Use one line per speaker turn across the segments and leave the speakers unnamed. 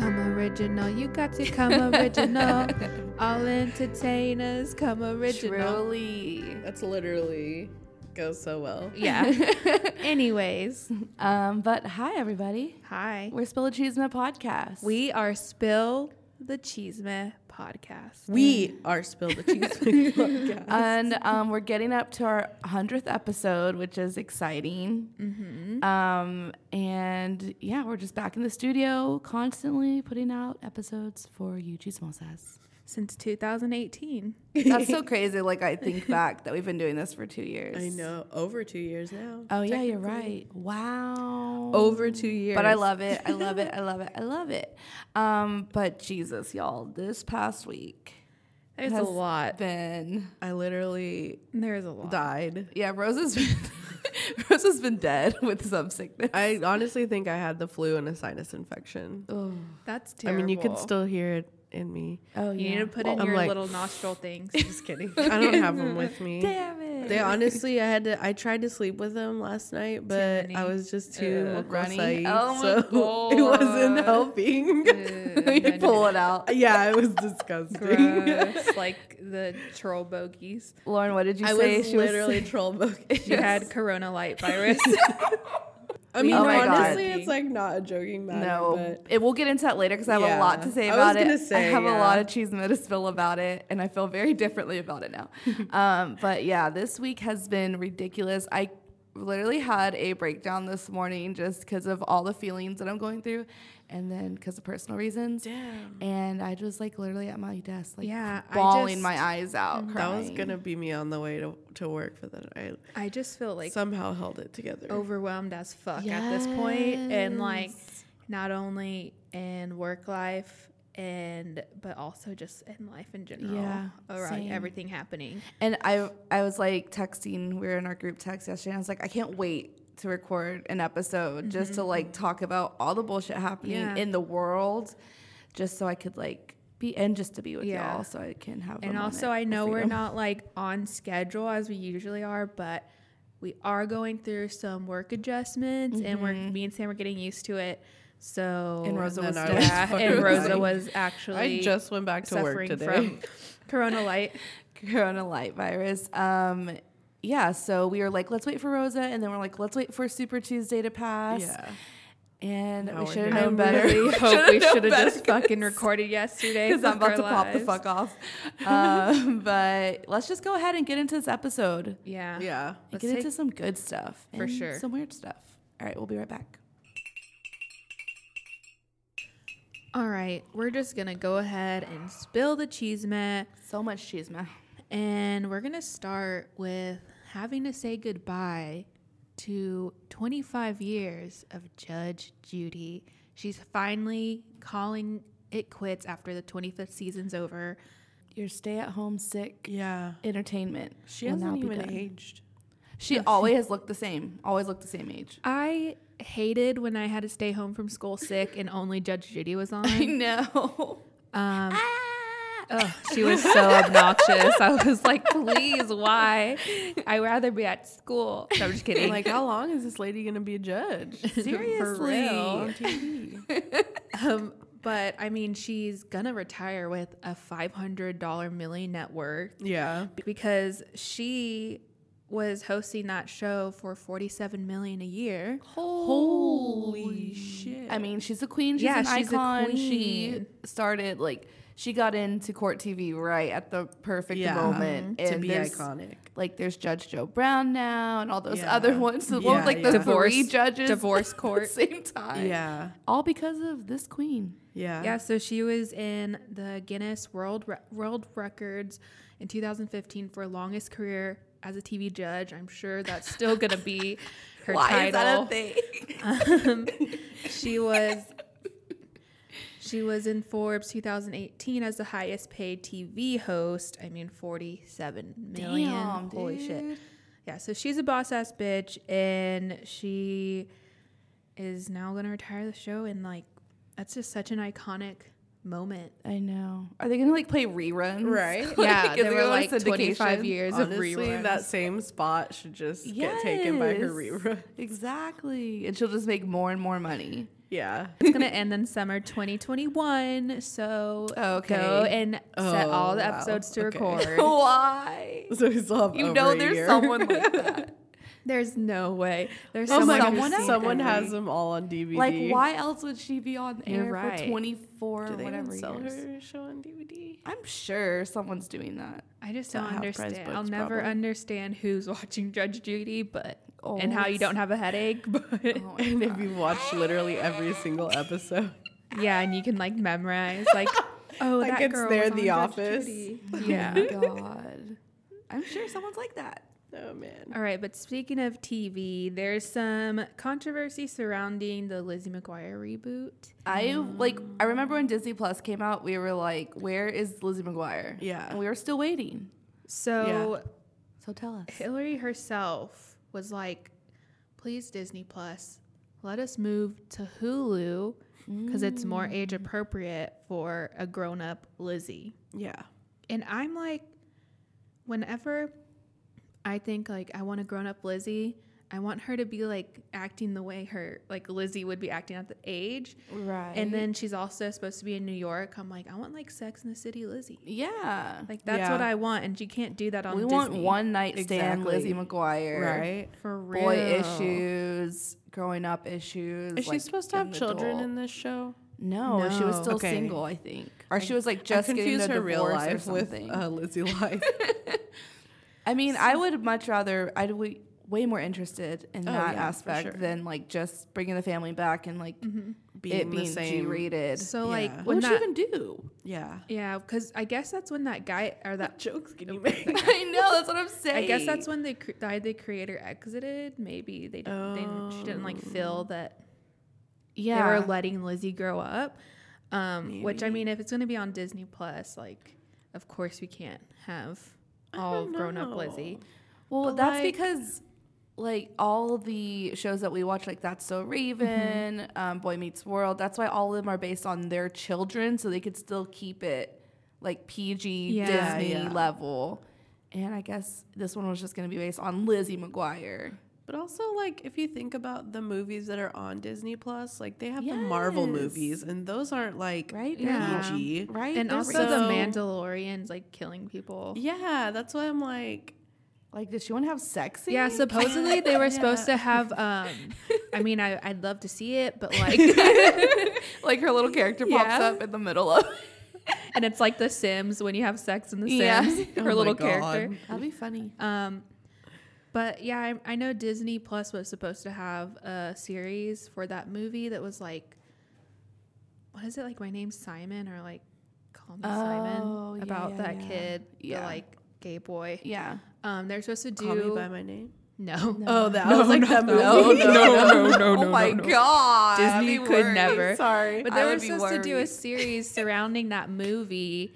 original. You got to come original. All entertainers come original.
Truly.
That's literally goes so well.
Yeah. Anyways,
um, but hi, everybody.
hi.
We're Spill a Cheeseman podcast.
We are Spill the Cheesemeh podcast.
We are Spill the Cheese podcast.
and um, we're getting up to our hundredth episode, which is exciting. Um, and yeah, we're just back in the studio, constantly putting out episodes for you, Cheesemosas.
Since 2018.
That's so crazy. Like I think back that we've been doing this for two years.
I know. Over two years now.
Oh yeah, you're right. Wow.
Over two years.
But I love it. I love it. I love it. I love it. Um, but Jesus, y'all, this past week
There's a
has
lot.
been
I literally
There's a lot.
died.
yeah. Rose has been Rose has been dead with some sickness.
I honestly think I had the flu and a sinus infection.
oh,
That's terrible.
I mean, you can still hear it in me.
oh
You need
yeah.
to put
Well,
in
I'm
your
like-
little nostril things.
Just kidding. I don't have them with me.
Damn it.
They honestly, I had to. I tried to sleep with them last night, but
many.
I was just too
Ugh, runny.
acai,
Oh my
so it wasn't
God.
helping.
you pull it out.
yeah, it was disgusting.
Gross. like the troll bogies.
Lauren, what did you
I
say?
was
She
literally troll book.
You had corona light virus.
I mean,
Oh my God.
honestly, it's like not a joking matter.
No,
But
it, we'll get into that later because I have a
Yeah.
lot to say
I
about
was gonna
it. I
say,
have a
yeah.
lot of cheese to spill about it, and I feel very differently about it now. um, but yeah, this week has been ridiculous. I literally had a breakdown this morning just because of all the feelings that I'm going through, and then because of personal reasons.
Damn.
And I just like literally at my desk, like
Yeah, I
bawling
just-
my eyes out.
that was
crying.
gonna be me on the way to, to work for the night.
I just feel like
Somehow held it together.
overwhelmed as fuck at this point and like not only in work life and but also just in life in general
Yeah,
around
same.
everything happening
And I I was like texting, we were in our group text yesterday, and I was like, I can't wait to record an episode just to like talk about all the bullshit happening
Mm-hmm. Yeah.
in the world, just so I could like be and just to be with
Yeah.
y'all so I can have a
and
moment
also i
of
know we're
freedom.
not like on schedule as we usually are but we are going through some work adjustments and we're me and sam are getting used to it so
Mm-hmm. And Rosa
And
was
then I
dead.
was
yeah, and
fucking
rosa
dying.
was actually
I just went back to work
suffering
today.
from corona light
corona light virus. Um, yeah, so we were like, let's wait for Rosa, and then we're like, let's wait for Super Tuesday to pass.
yeah.
And
Now
we
we're
should have
here.
i
known better.
really hope we
known
should have
better,
just fucking recorded yesterday
because I'm about
our
to pop the
lives.
fuck off. Um, but let's just go ahead and get into this episode.
Yeah.
Yeah.
and
Let's
get into
take-
some good stuff
For
and
sure.
Some weird stuff. All right, we'll be right back.
All right. We're just going to go ahead and spill the cheese mat.
So much cheese, man.
And we're going to start with having to say goodbye to 25 years of Judge Judy. She's finally calling it quits after the 25th season's over.
Your stay-at-home sick
Yeah.
entertainment.
She
will now
hasn't
be
even
done.
aged.
She always has looked the same. Always looked the same age.
I hated when I had to stay home from school sick and only Judge Judy was on.
I know.
Um,
Ah!
Oh, she was so obnoxious. I was like, please, why? I'd rather be at school. No, I'm just kidding.
like, how long is this lady gonna be a judge?
Seriously.
On TV.
Um, but I mean, she's gonna retire with a five hundred dollar million net worth
yeah.
because she was hosting that show for forty seven million a year.
Holy shit.
I mean, she's a queen. She's
Yeah,
an
she's a
icon. She
queen.
started like she got into court TV right at the perfect
Yeah.
moment
to
and
be
there's-
iconic.
Like there's Judge Joe Brown now and all those
Yeah.
other ones. So
Yeah,
like
yeah.
the three
Divorce-
judges,
divorce
at
court.
the same time.
Yeah.
all because of this queen.
Yeah.
Yeah, so she was in the Guinness World Re- World Records in 2015 for longest career as a TV judge. I'm sure that's still gonna be her title.
thing?
Um, she was she was in Forbes 2018 as the highest paid TV host. I mean, 47 million.
Damn,
Holy
dude.
shit! Yeah, so she's a boss ass bitch, and she is now gonna retire the show. And like, that's just such an iconic moment.
I know. Are they gonna like play reruns?
Right.
Like,
Yeah,
is
there
it
were
gonna,
like
syndication?
25 years
Honestly,
of reruns.
that same spot should just get taken by her
Yes.
rerun.
Exactly, and she'll just make more and more money.
Yeah.
It's gonna end in summer 2021. So
Okay.
go and set
Oh,
all the
wow.
episodes to
Okay.
record.
Why?
So we still have
You
over
know
a
there's
year.
someone like that.
There's no way. There's
Oh
someone.
my gosh,
who's seen
Someone
someone
every-
has them all on DVD.
Like, why else would she be on
You're
air
right.
for
do
24
they even
whatever
sell
years?
her show on DVD?
I'm sure someone's doing that.
I just
that
don't
have prize
understand. I'll
books,
never
probably.
understand who's watching Judge Judy, but
Oh,
and how you
it's-
don't have a headache. But
Oh my
And if
God.
you watch literally every single episode,
yeah, and you can like memorize like. Oh,
Like,
that
it's
girl
there
was
in
on
The
Judge
Office.
Judy.
Yeah. Oh God. I'm sure someone's like that.
oh man,
All right, but speaking of TV, there's some controversy surrounding the Lizzie McGuire reboot.
I
Mm.
like I remember when Disney Plus came out, we were like, Where is Lizzie McGuire?
Yeah.
And we were still waiting.
So
So tell us.
Hillary herself was like, please, Disney Plus, let us move to Hulu because it's more
Mm.
age appropriate for a grown up Lizzie.
yeah,
And I'm like, whenever I think like I want a grown up Lizzie, I want her to be like acting the way her like Lizzie would be acting at the age.
Right.
And then she's also supposed to be in New York. I'm like, I want like Sex in the City Lizzie.
Yeah.
Like that's
Yeah.
what I want, and she can't do that on.
we
Disney.
want one night stand
Exactly.
Lizzie McGuire.
right.
for real
Boy issues, growing up issues.
Is she
like,
supposed to have
an
children
adult.
in this show?
No, she was
No.
still
Okay.
single, I think. Or she was like just
I
getting
confuse
a
her
divorce
real
or
life with
something.
uh, Lizzie life.
I mean, I would much rather. I'd be way more interested in
Oh, yeah,
that
for
aspect
sure. Mm-hmm.
than like just bringing the family back and like
Being
it
the
being
same-
G-rated.
So like
Yeah.
when
what would she
that,
even do?
yeah,
yeah, because I guess that's when that guy or that
jokes can you make?
I know that's what I'm saying.
I guess that's when the cr- the, the creator exited. Maybe they didn't. They didn't she didn't like
Oh.
feel that
yeah.
they were letting Lizzie grow up. Um, which I mean, if it's gonna be on Disney Plus, like of course we can't have all
don't
grown up
know.
Lizzie.
well,
but,
that's
like-
because like all the shows that we watch, like That's So Raven, um, Boy Meets World. That's why all of them are based on their children, so they could still keep it like PG
Yeah. Yeah,
Disney
yeah.
level. And I guess this one was just going to be based on Lizzie McGuire.
But also, like, if you think about the movies that are on Disney Plus, like they have the Marvel
Yes.
movies, and those aren't like
Right?
PG.
Yeah.
Yeah.
Right?
And
They're
also
rated
the
so-
Mandalorians like killing people.
that's why I'm like,
Like, does she want to have sex?
Yeah,
scenes?
supposedly they were supposed to have. Um, I mean, I, I'd love to see it, but like,
like her little character pops
Yeah.
up in the middle of.
and it's like The Sims when you have sex in The Sims,
Yeah.
her
Oh
little
my God.
character.
That'd be funny.
Um, but yeah, I, I know Disney Plus was supposed to have a series for that movie that was like, what is it like? My name's Simon, or like, call me
Oh,
Simon,
yeah,
about
yeah,
that
yeah.
kid, the
Yeah.
like gay boy.
Yeah.
Um, they're supposed to do
call me by my name.
no.
Oh, that was like that movie.
No, no,
no, no, no,
oh my
no, no.
god. that'd
Disney
be
could
worse.
never.
Sorry.
But
I
they were
would be
supposed to do a
worried.
series surrounding that movie,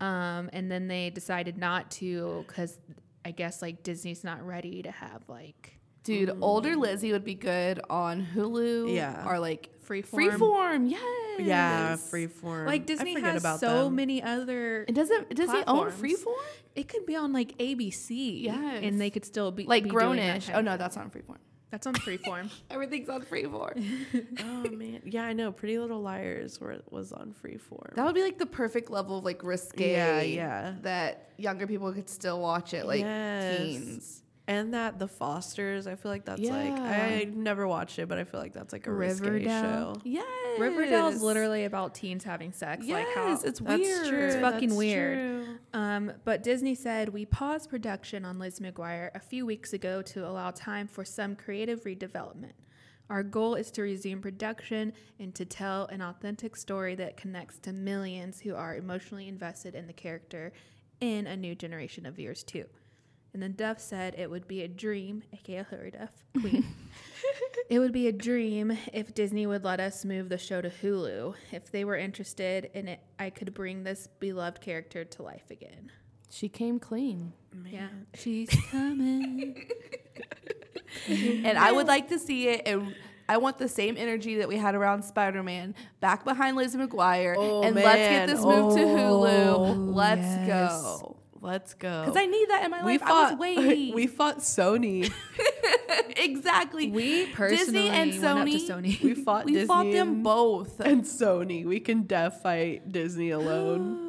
um, and then they decided not to because I guess like Disney's not ready to have like
Dude, older Lizzie would be good on Hulu.
Yeah.
Or like
freeform.
Freeform. Yes.
Yeah, Freeform.
Like
I
Disney
forget
has
about
so
them.
many other.
It doesn't. Does he own
Platforms.
Freeform?
It could be on like ABC,
Yes.
and they could still be
Like
be doing that
Grownish.
type
Oh
of
no,
thing.
that's on Freeform.
that's on Freeform.
Everything's on Freeform.
Oh man, yeah, I know. Pretty Little Liars were was on Freeform.
That would be like the perfect level of like risque.
Yeah, yeah.
That younger people could still watch it, like
Yes.
teens.
and that The Fosters, I feel like that's like
Yeah.
I never watched it, but I feel like that's like a risque
Riverdale.
show.
Yes.
Riverdale's literally about teens having sex.
yes.
Like how
it's weird.
That's true.
It's fucking
that's
weird.
true.
Um, but Disney said we paused production on Liz McGuire a few weeks ago to allow time for some creative redevelopment. Our goal is to resume production and to tell an authentic story that connects to millions who are emotionally invested in the character in a new generation of viewers too. And then Duff said it would be a dream, aka Hillary Duff, queen. it would be a dream if Disney would let us move the show to Hulu. If they were interested in it, I could bring this beloved character to life again.
She came clean.
Yeah. She's coming.
And I would like to see it. And I want the same energy that we had around Spider Man back behind Lizzie McGuire.
Oh,
and let's
man.
get this moved to
Oh,
Hulu. Let's
yes.
go.
Let's go.
Because I need that in my
we
life. I
fought.
was waiting.
we fought Sony.
exactly.
We personally
and
went up to
Sony.
Sony.
We fought.
we
Disney
fought them
and-
both.
and Sony. We can def fight Disney alone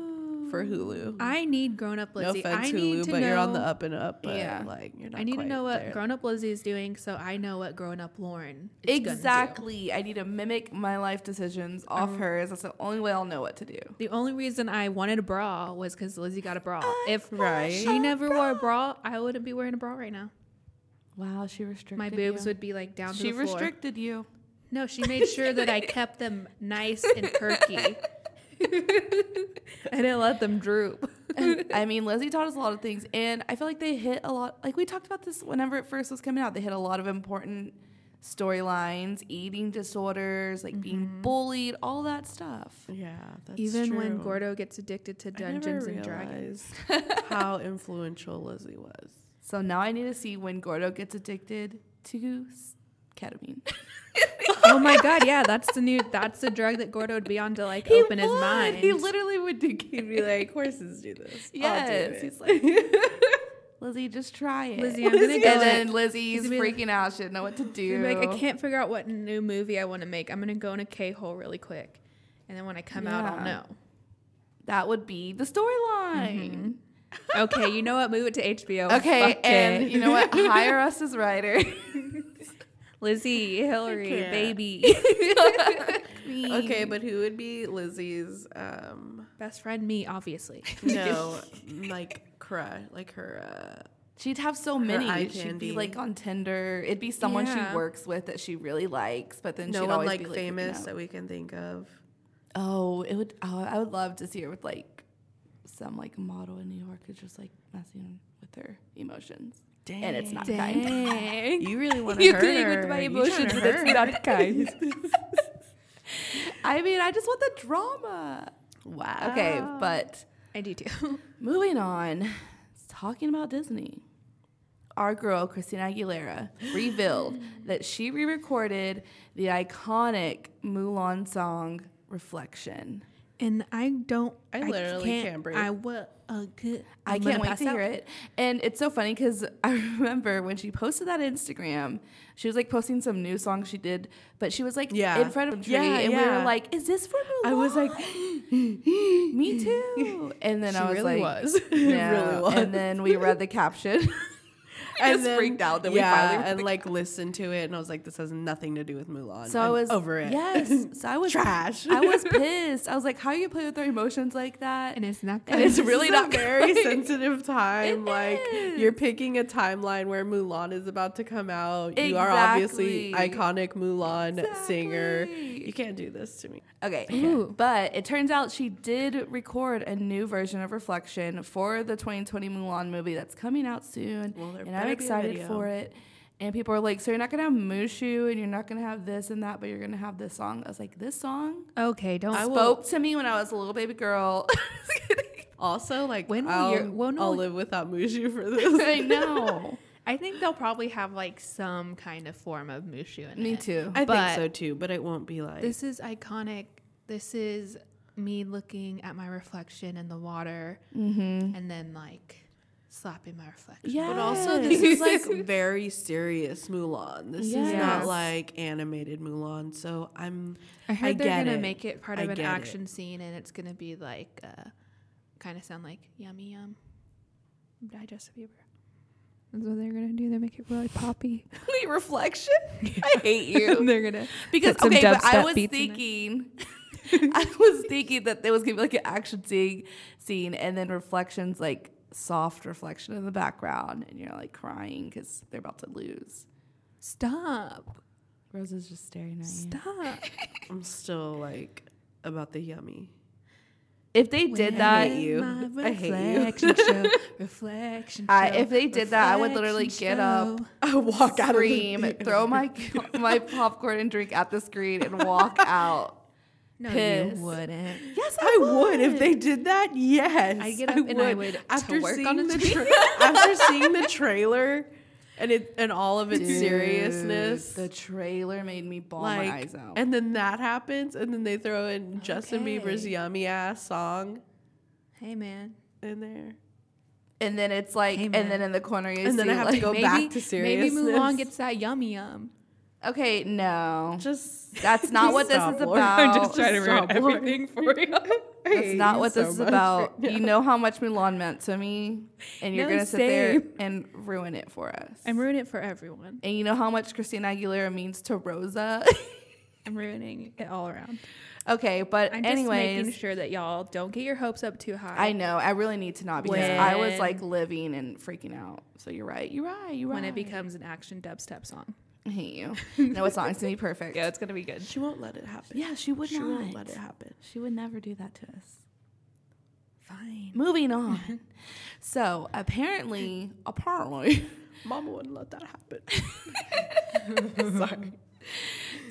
for Hulu.
I need grown up
no
Lizzie.
offense,
I need
Hulu,
to
but
know,
you're on the up and up. But
Yeah.
like you're not.
I need to
quite
know what
there.
grown up Lizzie is doing, so I know what grown up Lauren. Is gonna do.
Exactly. I need to mimic my life decisions off hers. That's the only way I'll know what to do.
The only reason I wanted a bra was because Lizzie got a bra. if
Right.
she never wore a bra, I wouldn't be wearing a bra right now.
Wow, she restricted
My boobs would be like down to
She
the floor.
restricted you.
no, she made sure that I kept them nice and perky. I didn't let them droop.
I mean, Leslie taught us a lot of things, and I feel like they hit a lot. Like we talked about this whenever it first was coming out, they hit a lot of important storylines, eating disorders, like being
Mm-hmm.
bullied, all that stuff.
Yeah, that's
Even when
true.
Gordo gets addicted to
I never
Dungeons and Dragons.
realized how influential Lizzie was.
So now I need to see when Gordo gets addicted to s- ketamine.
Oh my god, yeah, that's the new that's the drug that Gordo would be on to like open his
would.
mind.
He literally would do ketamine.
He'd be like, "Horses do this."
Yes, he's like, Lizzie, just try it.
Lizzie, I'm gonna
and
go
then
in-
Lizzie's
He's gonna be
freaking out. She didn't know what to
He'd
do.
be like, I can't figure out what new movie I want to make. I'm gonna go in a K hole really quick. And then when I come out, I'll
Yeah.
know.
That would be the storyline.
Okay, you know what? Move it to HBO.
Okay,
Mm-hmm. Fuck
and
it.
you know what? Hire us as writers.
Lizzie, Hillary,
Okay.
baby,
Okay, but who would be Lizzie's um
best friend, me, obviously.
no like crush like her uh,
She'd have so many.
eye
She'd
candy.
be like on Tinder. It'd be someone
Yeah.
she works with that she really likes, but
uh,
then
no
she'd
one
always
like
be
famous
Like,
that we can think of.
freaking out. oh, it would. Oh, I would love to see her with like some like model in New York who's just like messing with her emotions, and it's not kind.
Dang.
You really want
You
to hurt
playing with
her.
my
You
emotions,
tryna
and it's
hurt her.
not kind. I mean, I just want the drama.
Wow.
Okay, but
I do too.
moving on, talking about Disney. Our girl Christina Aguilera revealed that she re-recorded the iconic Mulan song "Reflection."
And I don't.
I literally can't breathe.
I will. Uh, good.
I
I'm
can't
gonna
wait
pass
to hear
out.
it. And it's so funny because I remember when she posted that Instagram, she was like posting some new song she did, but she was like
Yeah.
in front of a tree,
Yeah,
and we
yeah.
were like, "Is this for Mulan?"
I was like,
"Me too." And then
she
I was
really
like,
was. It really
"No."
was.
And then we read the caption. we just freaked out that we finally.
yeah,
read
and
the-
like listened to it, and I was like, this has nothing to do with Mulan.
so
I'm
I was
over it.
Yes. So I was
Trash.
I was pissed. I was like, "How you play with our emotions like that?"
And it's not good.
And it's
This
really
is
not
a very
good.
sensitive time.
It
like you're picking a timeline where Mulan is about to come out. You are obviously
Exactly.
iconic Mulan singer.
Exactly.
You can't do this to me.
Okay.
Ooh.
But it turns out she did record a new version of Reflection for the 2020 Mulan movie that's coming out soon.
Well, there
and I'm
better be a
excited
video.
for it. And people are like, so you're not going to have Mushu and you're not going to have this and that, but you're going to have this song. I was like, this song
okay, don't.
spoke to me when I was a little baby girl.
Also, like
When will
I'll,
your- when
I'll
will-
live without Mushu for this.
I know.
I think they'll probably have like some kind of form of Mushu in
me
it.
too.
I
But-
think so too, but it won't be like
This is iconic. This is me looking at my reflection in the water,
Mm-hmm.
and then like slapping my reflection.
Yeah.
But also, this is like very serious Mulan. This is
Yes.
not like animated Mulan. So I'm.
I heard they're
get
gonna
it.
make it part
I
of an
get it.
action scene, and it's gonna be like, uh, kind of sound like yummy yum, digestive Bieber. That's what they're gonna do. They make it really poppy.
Wait, Reflection? I hate you.
they're gonna
Because
put some
okay, but I
dubstep
was
beats in it.
thinking, I was thinking that there was gonna be like an action scene, scene, and then reflections like soft reflection in the background, and you're like crying because they're about to lose.
stop,
Rose is just staring at you.
stop.
I'm still like about the yummy.
If they did
I
that,
hate you.
My
I hate
reflection show, reflection
I,
show,
if they did that, I would literally
reflection
get up,
show.
I walk out of the
scream, throw my my popcorn and drink at the screen, and walk out.
No,
Piss.
you wouldn't.
Yes,
I would if they did that. Yes,
I'd get up and I would to work on
seeing
a
the tra- after seeing the trailer and it and all of its seriousness.
The trailer made me bawl my
like,
eyes out.
and then that happens, and then they throw in Justin Bieber's
Okay.
yummy ass song
Hey man,
in there.
and then it's like,
Hey, man.
and then in the corner you
And
see
then I have to
like,
go
maybe,
back to
Maybe Mulan
seriousness.
gets that yum yum.
okay, no,
Just
that's not what this
Stop,
is
Lord.
about.
I'm
just trying to ruin
Stop, Lord.
everything for you.
That's not what this is about. You know how much Mulan meant to me, and you're
No,
gonna sit there
same.
and ruin it for us.
I'm ruining it for everyone.
and you know how much Christina Aguilera means to Rosa.
I'm ruining it all around.
okay, but
I'm just making
anyways,
sure that y'all don't get your hopes up too high.
I know I really need to not because I was
When-
like living and freaking out. So you're right. You're right. You're right.
when it becomes an action dubstep song.
I hate you. No, it's not. It's gonna be perfect.
it's gonna be good.
She won't let it happen.
Yeah, she would
she
not.
won't let it happen.
She would never do that to us.
Fine.
Moving on. so apparently, apparently.
Mama wouldn't let that happen.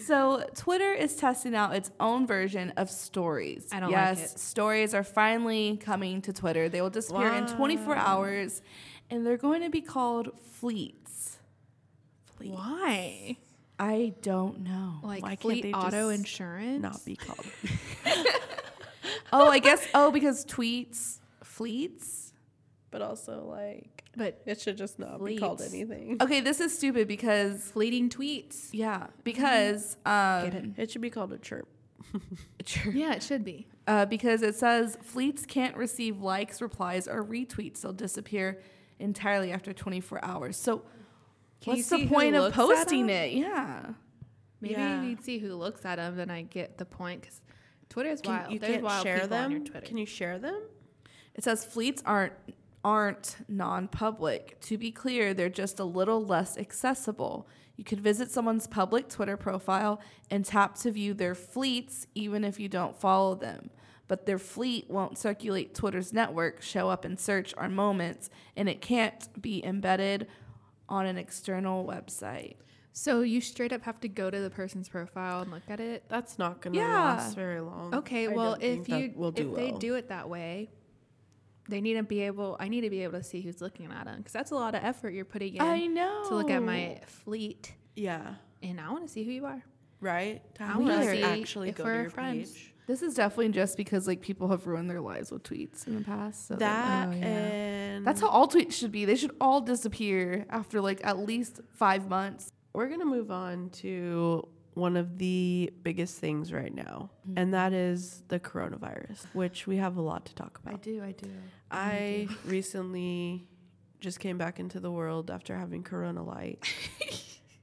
So Twitter is testing out its own version of stories.
I don't like
yes,
it.
stories are finally coming to Twitter. They will disappear in 24 hours, and they're going to be called fleets. Fleet.
Why?
I don't know.
Like
Why can't
fleet
they
auto
just
insurance?
Not be called.
oh, I guess. Oh, because tweets, fleets.
But also, like,
But
it should just not be called
Fleets.
anything.
Okay, this is stupid because
fleeting tweets.
yeah, because um,
It should be called a chirp.
Yeah, it should be.
uh, because it says fleets can't receive likes, replies, or retweets. They'll disappear entirely after 24 hours. So,
Can you
what's
see who
the point of
looks at 'em?
posting it? Yeah.
Maybe
Yeah.
you need to see who looks at them. Then I get the point because Twitter's
Can-
wild.
you
There's
can't
wild
share
people on
them.
your Twitter.
Can you share them?
It says fleets aren't aren't non-public. To be clear, they're just a little less accessible. You could visit someone's public Twitter profile and tap to view their fleets even if you don't follow them. But their fleet won't circulate Twitter's network, show up in search or moments, and it can't be embedded on an external website.
so you straight up have to go to the person's profile and look at it.
That's not going to
Yeah.
last very long.
Okay,
Um, I
well
don't think
if
that
you
will do
if they
well.
do it that way, they need to be able. I need to be able to see who's looking at them because that's a lot of effort you're putting in
I know.
to look at my fleet,
yeah,
and I want to see who you are.
right. To have
wanna
us
see
actually
if
go
we're
to your
friends.
page.
This is definitely just because like people have ruined their lives with tweets in the past. So they're
That
Oh, yeah.
and
That's how all tweets should be. They should all disappear after like at least five months.
we're going to move on to one of the biggest things right now,
Mm-hmm.
and that is the coronavirus, which we have a lot to talk about.
do, I do.
I recently just came back into the world after having Corona Light,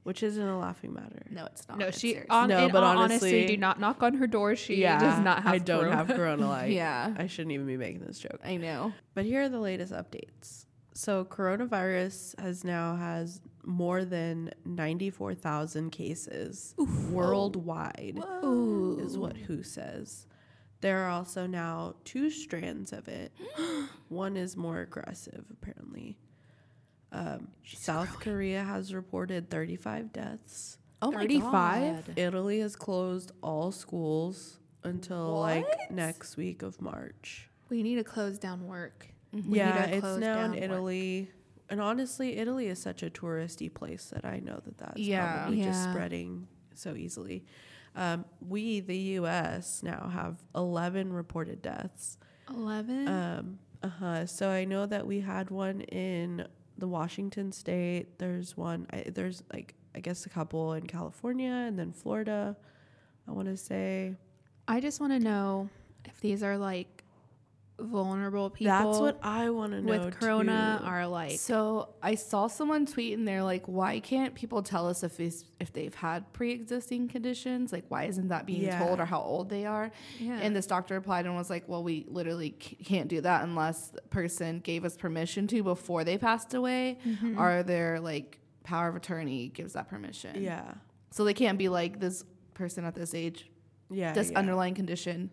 which isn't a laughing matter.
No, it's not.
No,
It's
she.
serious.
On,
No,
in
but
all
honestly-
honesty, do not knock on her door. She does not have.
I don't
corona.
have Corona Light.
Yeah.
I shouldn't even be making this joke.
I know.
But here are the latest updates. So coronavirus has now has more than 94,000 cases
Oh.
worldwide is what WHO says. There are also now two strands of it. One is more aggressive apparently. Um, South Korea has reported 35 deaths.
Oh
my 35? God.
Italy has closed all schools until like
What?
next week of March.
We need to close down work. We
Yeah,
need to
it's
close
now in
down work.
Italy. And honestly, Italy is such a touristy place that I know that that's
Yeah.
probably just
Yeah.
spreading so easily. Um, we, the U.S., now have 11 reported deaths.
Eleven.
Um, uh-huh. So I know that we had one in the Washington state. There's one. I, there's like I guess a couple in California and then Florida. I want to say
I just want to know if these are like vulnerable people.
that's what I want to know.
with corona
too.
are like.
So I saw someone tweet and they're like, "Why can't people tell us if it's- if they've had pre-existing conditions? Like, why isn't that being
Yeah.
told or how old they are?"
Yeah.
And this doctor replied and was like, "Well, we literally c- can't do that unless the person gave us permission to before they passed away, or their like power of attorney gives that permission."
yeah,
So they can't be like this person at this age,
yeah,
this
yeah.
underlying condition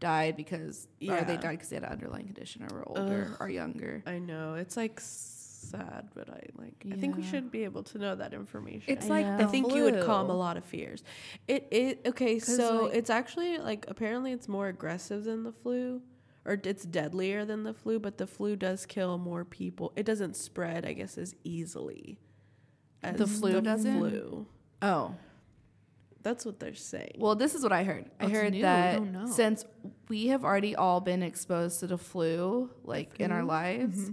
died because or they
Yeah.
died because they had an underlying condition or were older or younger.
I know it's like sad, but I like. I think we
Yeah.
should be able to know that information.
It's
I
like
know.
the
I think you would calm a
flu.
lot of fears. It it okay.
'Cause,
So
like-
it's actually like apparently it's more aggressive than the flu, or it's deadlier than the flu. But the flu does kill more people. It doesn't spread, I guess, as easily. As
The flu doesn't?
flu.
Oh,
That's what they're saying.
well, this is what I heard. I
That's
heard
new. We
that
don't know.
since we have already all been exposed to the flu, like in our lives,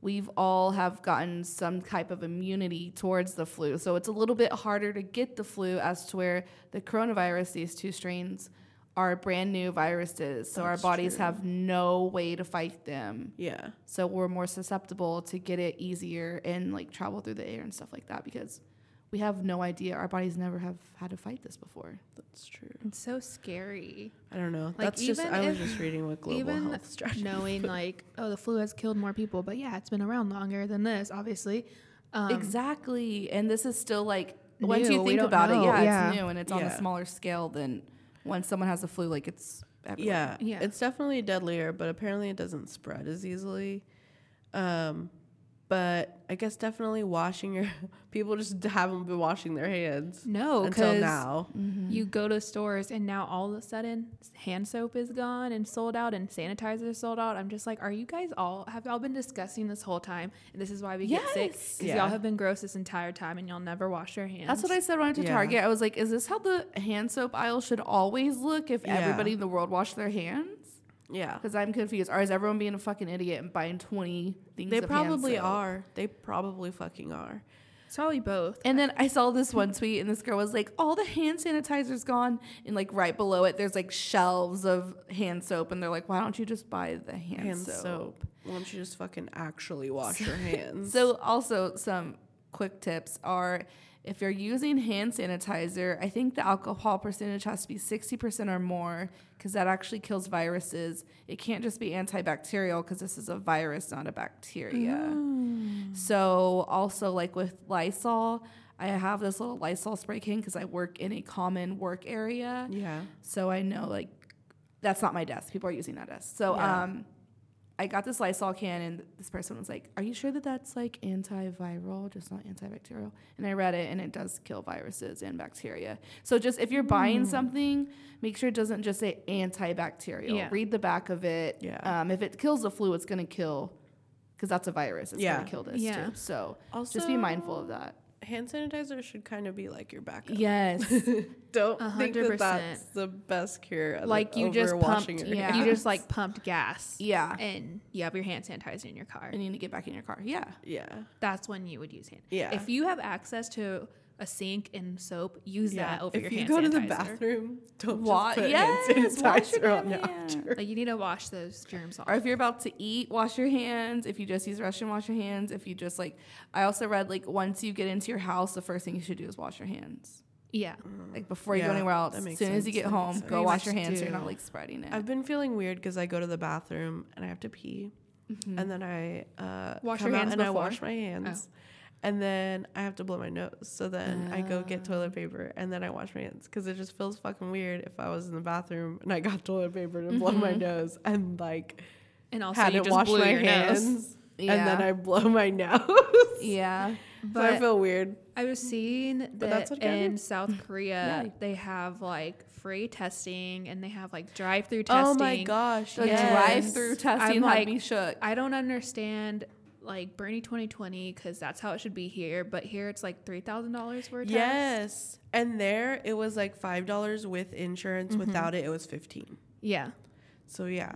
we've all have gotten some type of immunity towards the flu. So it's a little bit harder to get the flu as to where the coronavirus, these two strains, are brand new viruses. So
That's
our bodies
true.
have no way to fight them.
Yeah.
So we're more susceptible to get it easier and like travel through the air and stuff like that because we have no idea. Our bodies never have had to fight this before.
That's true.
It's so scary.
I don't know. That's just
even
I was
if-
just reading what global
Even
health strategy.
knowing like, oh, the flu has killed more people, but yeah, it's been around longer than this, obviously. Um,
exactly. And this is still like once
New,
you
we
think
don't
about
know.
it, yeah, it's
Yeah.
new and it's on
Yeah.
a smaller scale than when someone has a flu. Like it's
Yeah,
everywhere.
Yeah.
It's definitely deadlier, but apparently it doesn't spread as easily. Um, but I guess definitely washing your people just haven't been washing their hands
no,
until
because
now.
you go to stores and now all of a sudden hand soap is gone and sold out and sanitizer is sold out. I'm just like, are you guys all have y'all been discussing this whole time? And this is why we get sick
Yes.
because
Yeah.
y'all have been gross this entire time and y'all never wash your hands.
That's what I said when I went to
Yeah.
Target. I was like, is this how the hand soap aisle should always look if
Yeah.
everybody in the world washed their hands?
Yeah,
Because I'm confused. Or is everyone being a fucking idiot and buying 20 things?
they
of hand
probably
soap?
are. They probably fucking are.
It's probably both.
And then I saw this one tweet, and this girl was like, "All the hand sanitizer's gone," and like right below it, there's like shelves of hand soap, and they're like, "Why don't you just buy the hand,
Hand
soap?"
soap. Why don't you just fucking actually wash your hands?
So also some quick tips are if you're using hand sanitizer, I think the alcohol percentage has to be 60% or more because that actually kills viruses. It can't just be antibacterial because this is a virus, not a bacteria. So also like with Lysol, I have this little Lysol spray can because I work in a common work area.
yeah,
So I know like that's not my desk. People are using that desk. So
Yeah.
um I got this Lysol can and this person was like, "Are you sure that that's like antiviral, just not antibacterial?" And I read it and it does kill viruses and bacteria. So just if you're buying something, make sure it doesn't just say antibacterial.
Yeah.
Read the back of it.
Yeah.
Um, if it kills the flu, it's gonna kill because that's a virus. It's
Yeah.
gonna kill this
Yeah.
too. So
Also-
just be mindful of that.
hand sanitizer should kind of be like your backup.
Yes.
don't
A
think that
hundred
that's
percent.
the best cure. other-
like you
over
just pumped,
washing your
yeah.
you
hands.
just like pumped gas,
yeah.
and you have your hand sanitizer in your car.
I need to get back in your car. Yeah.
yeah.
That's when you would use hand.
Yeah.
If you have access to a sink and soap, use
Yeah,
that over
if
your
you
hand
go
sanitizer.
to the bathroom, don't
Wa-
just put hand
yes, wash your
sanitizer on
damn
after.
hands.
Like you need to wash those germs off.
Or if you're about to eat, wash your hands. If you just use the restroom, wash your hands. If you just like, I also read like once you get into your house, the first thing you should do is wash your hands.
yeah.
Like before you go
Yeah,
anywhere else,
that
as soon
makes
as you
sense,
get
that
home,
makes
go
sense.
wash your
Pretty much
hands so
do.
you're not like spreading it.
I've been feeling weird because I go to the bathroom and I have to pee, and then I uh,
Mm-hmm. Wash
come
your
out
hands
and I
before? Oh.
wash my hands, and then I have to blow my nose. So then I go get
Oh.
toilet paper and then I wash my hands because it just feels fucking weird if I was in the bathroom and I got toilet paper to blow
Mm-hmm.
my nose and like
And also you
hadn't
just
washed
blew
my
your
hands,
nose.
and then
Yeah.
I blow my nose.
yeah.
so I
But-
feel weird.
I was seeing that
that's what gotta
in
do.
South Korea
Yeah.
they have like free testing and they have like drive-through testing.
Oh my gosh!
The
Yes.
drive-through testing
I'm
had
like-
me shook.
I don't understand like Bernie 2020 because that's how it should be here, but here it's like three thousand dollars for a test.
Yes. And there it was like five dollars with
Mm-hmm.
insurance. Without it, it was fifteen.
Yeah.
So yeah.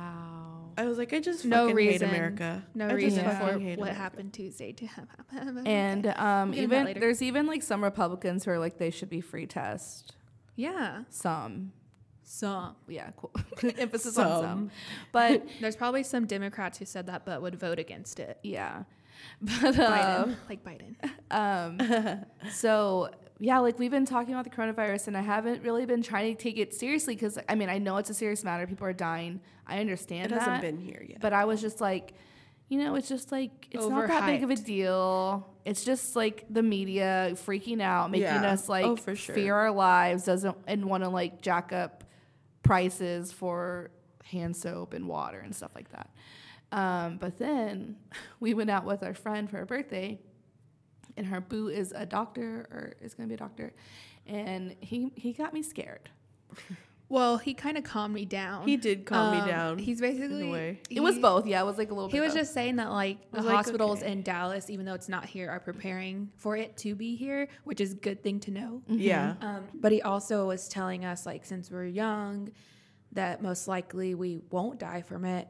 Wow.
I was like, I just
No
fucking
reason.
hate America.
No
I
reason
fucking
for
hate
what
America.
happened Tuesday to have happened.
And um,
get into that
even
later.
there's even like some Republicans who are like they should be free test.
yeah,
Some.
so
Yeah, cool. Emphasis on
Some.
some. But
there's probably some Democrats who said that but would vote against it.
yeah.
Oh.
But um,
Biden, like Biden.
Um, so yeah, like we've been talking about the coronavirus, and I haven't really been trying to take it seriously because I mean I know it's a serious matter. People are dying. I understand
It hasn't
that,
been here yet.
but I was just like, you know, it's just like it's not that big of a
Overhyped.
deal. It's just like the media freaking out, making
Yeah.
us like
Oh, for sure.
fear our lives, doesn't and want to like jack up prices for hand soap and water and stuff like that. Um, but then we went out with our friend for her birthday and her boo is a doctor or is going to be a doctor and he he got me scared
Well, he kind of calmed me down.
he did calm
Um,
me down.
He's basically
way.
it was
he-
both yeah it was like a little
He
bit
was
both.
just saying that like
was
the
like,
hospitals
okay.
in Dallas, even though it's not here, are preparing for it to be here, which is a good thing to know.
yeah.
Um, but he also was telling us, like, since we're young, that most likely we won't die from it.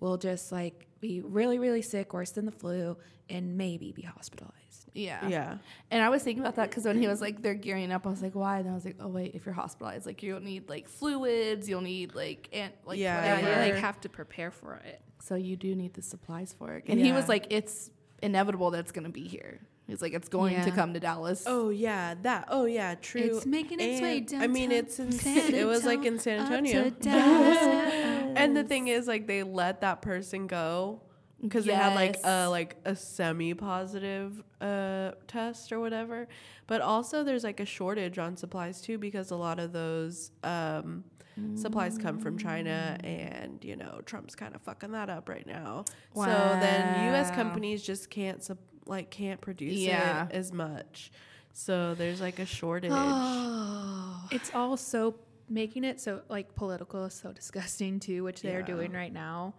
We'll just like
be really, really sick, worse than the flu, and maybe be hospitalized.
Yeah.
Yeah.
And I was thinking about that because when he was like, they're gearing up, I was like, why? And I was like, oh, wait, if you're hospitalized, like, you'll need like fluids, you'll need like, ant, like,
Yeah,
Yeah,
whatever.
you
Whatever.
like have to prepare for it.
So you do need the supplies for it. And he
Yeah.
was like, it's inevitable that's going to be here. He's like, it's going to
Yeah.
come to Dallas.
Oh yeah, that. Oh yeah, true.
It's making its way
And- I mean,
downtown
it's in.
San
it was like in San
Antonio,
Antonio.
up to Dallas.
And the thing is, like, they let that person go because they had like
Yes.
a like a semi-positive uh, test or whatever. But also, there's like a shortage on supplies too because a lot of those um, supplies come from
Mm.
China, and you know Trump's kind of fucking that up right now. So then U.S.
Wow.
companies just can't sup- like can't produce
Yeah.
it as much. So there's like a shortage.
it's all so making it so like political is so disgusting too, which they're
Yeah.
doing right now.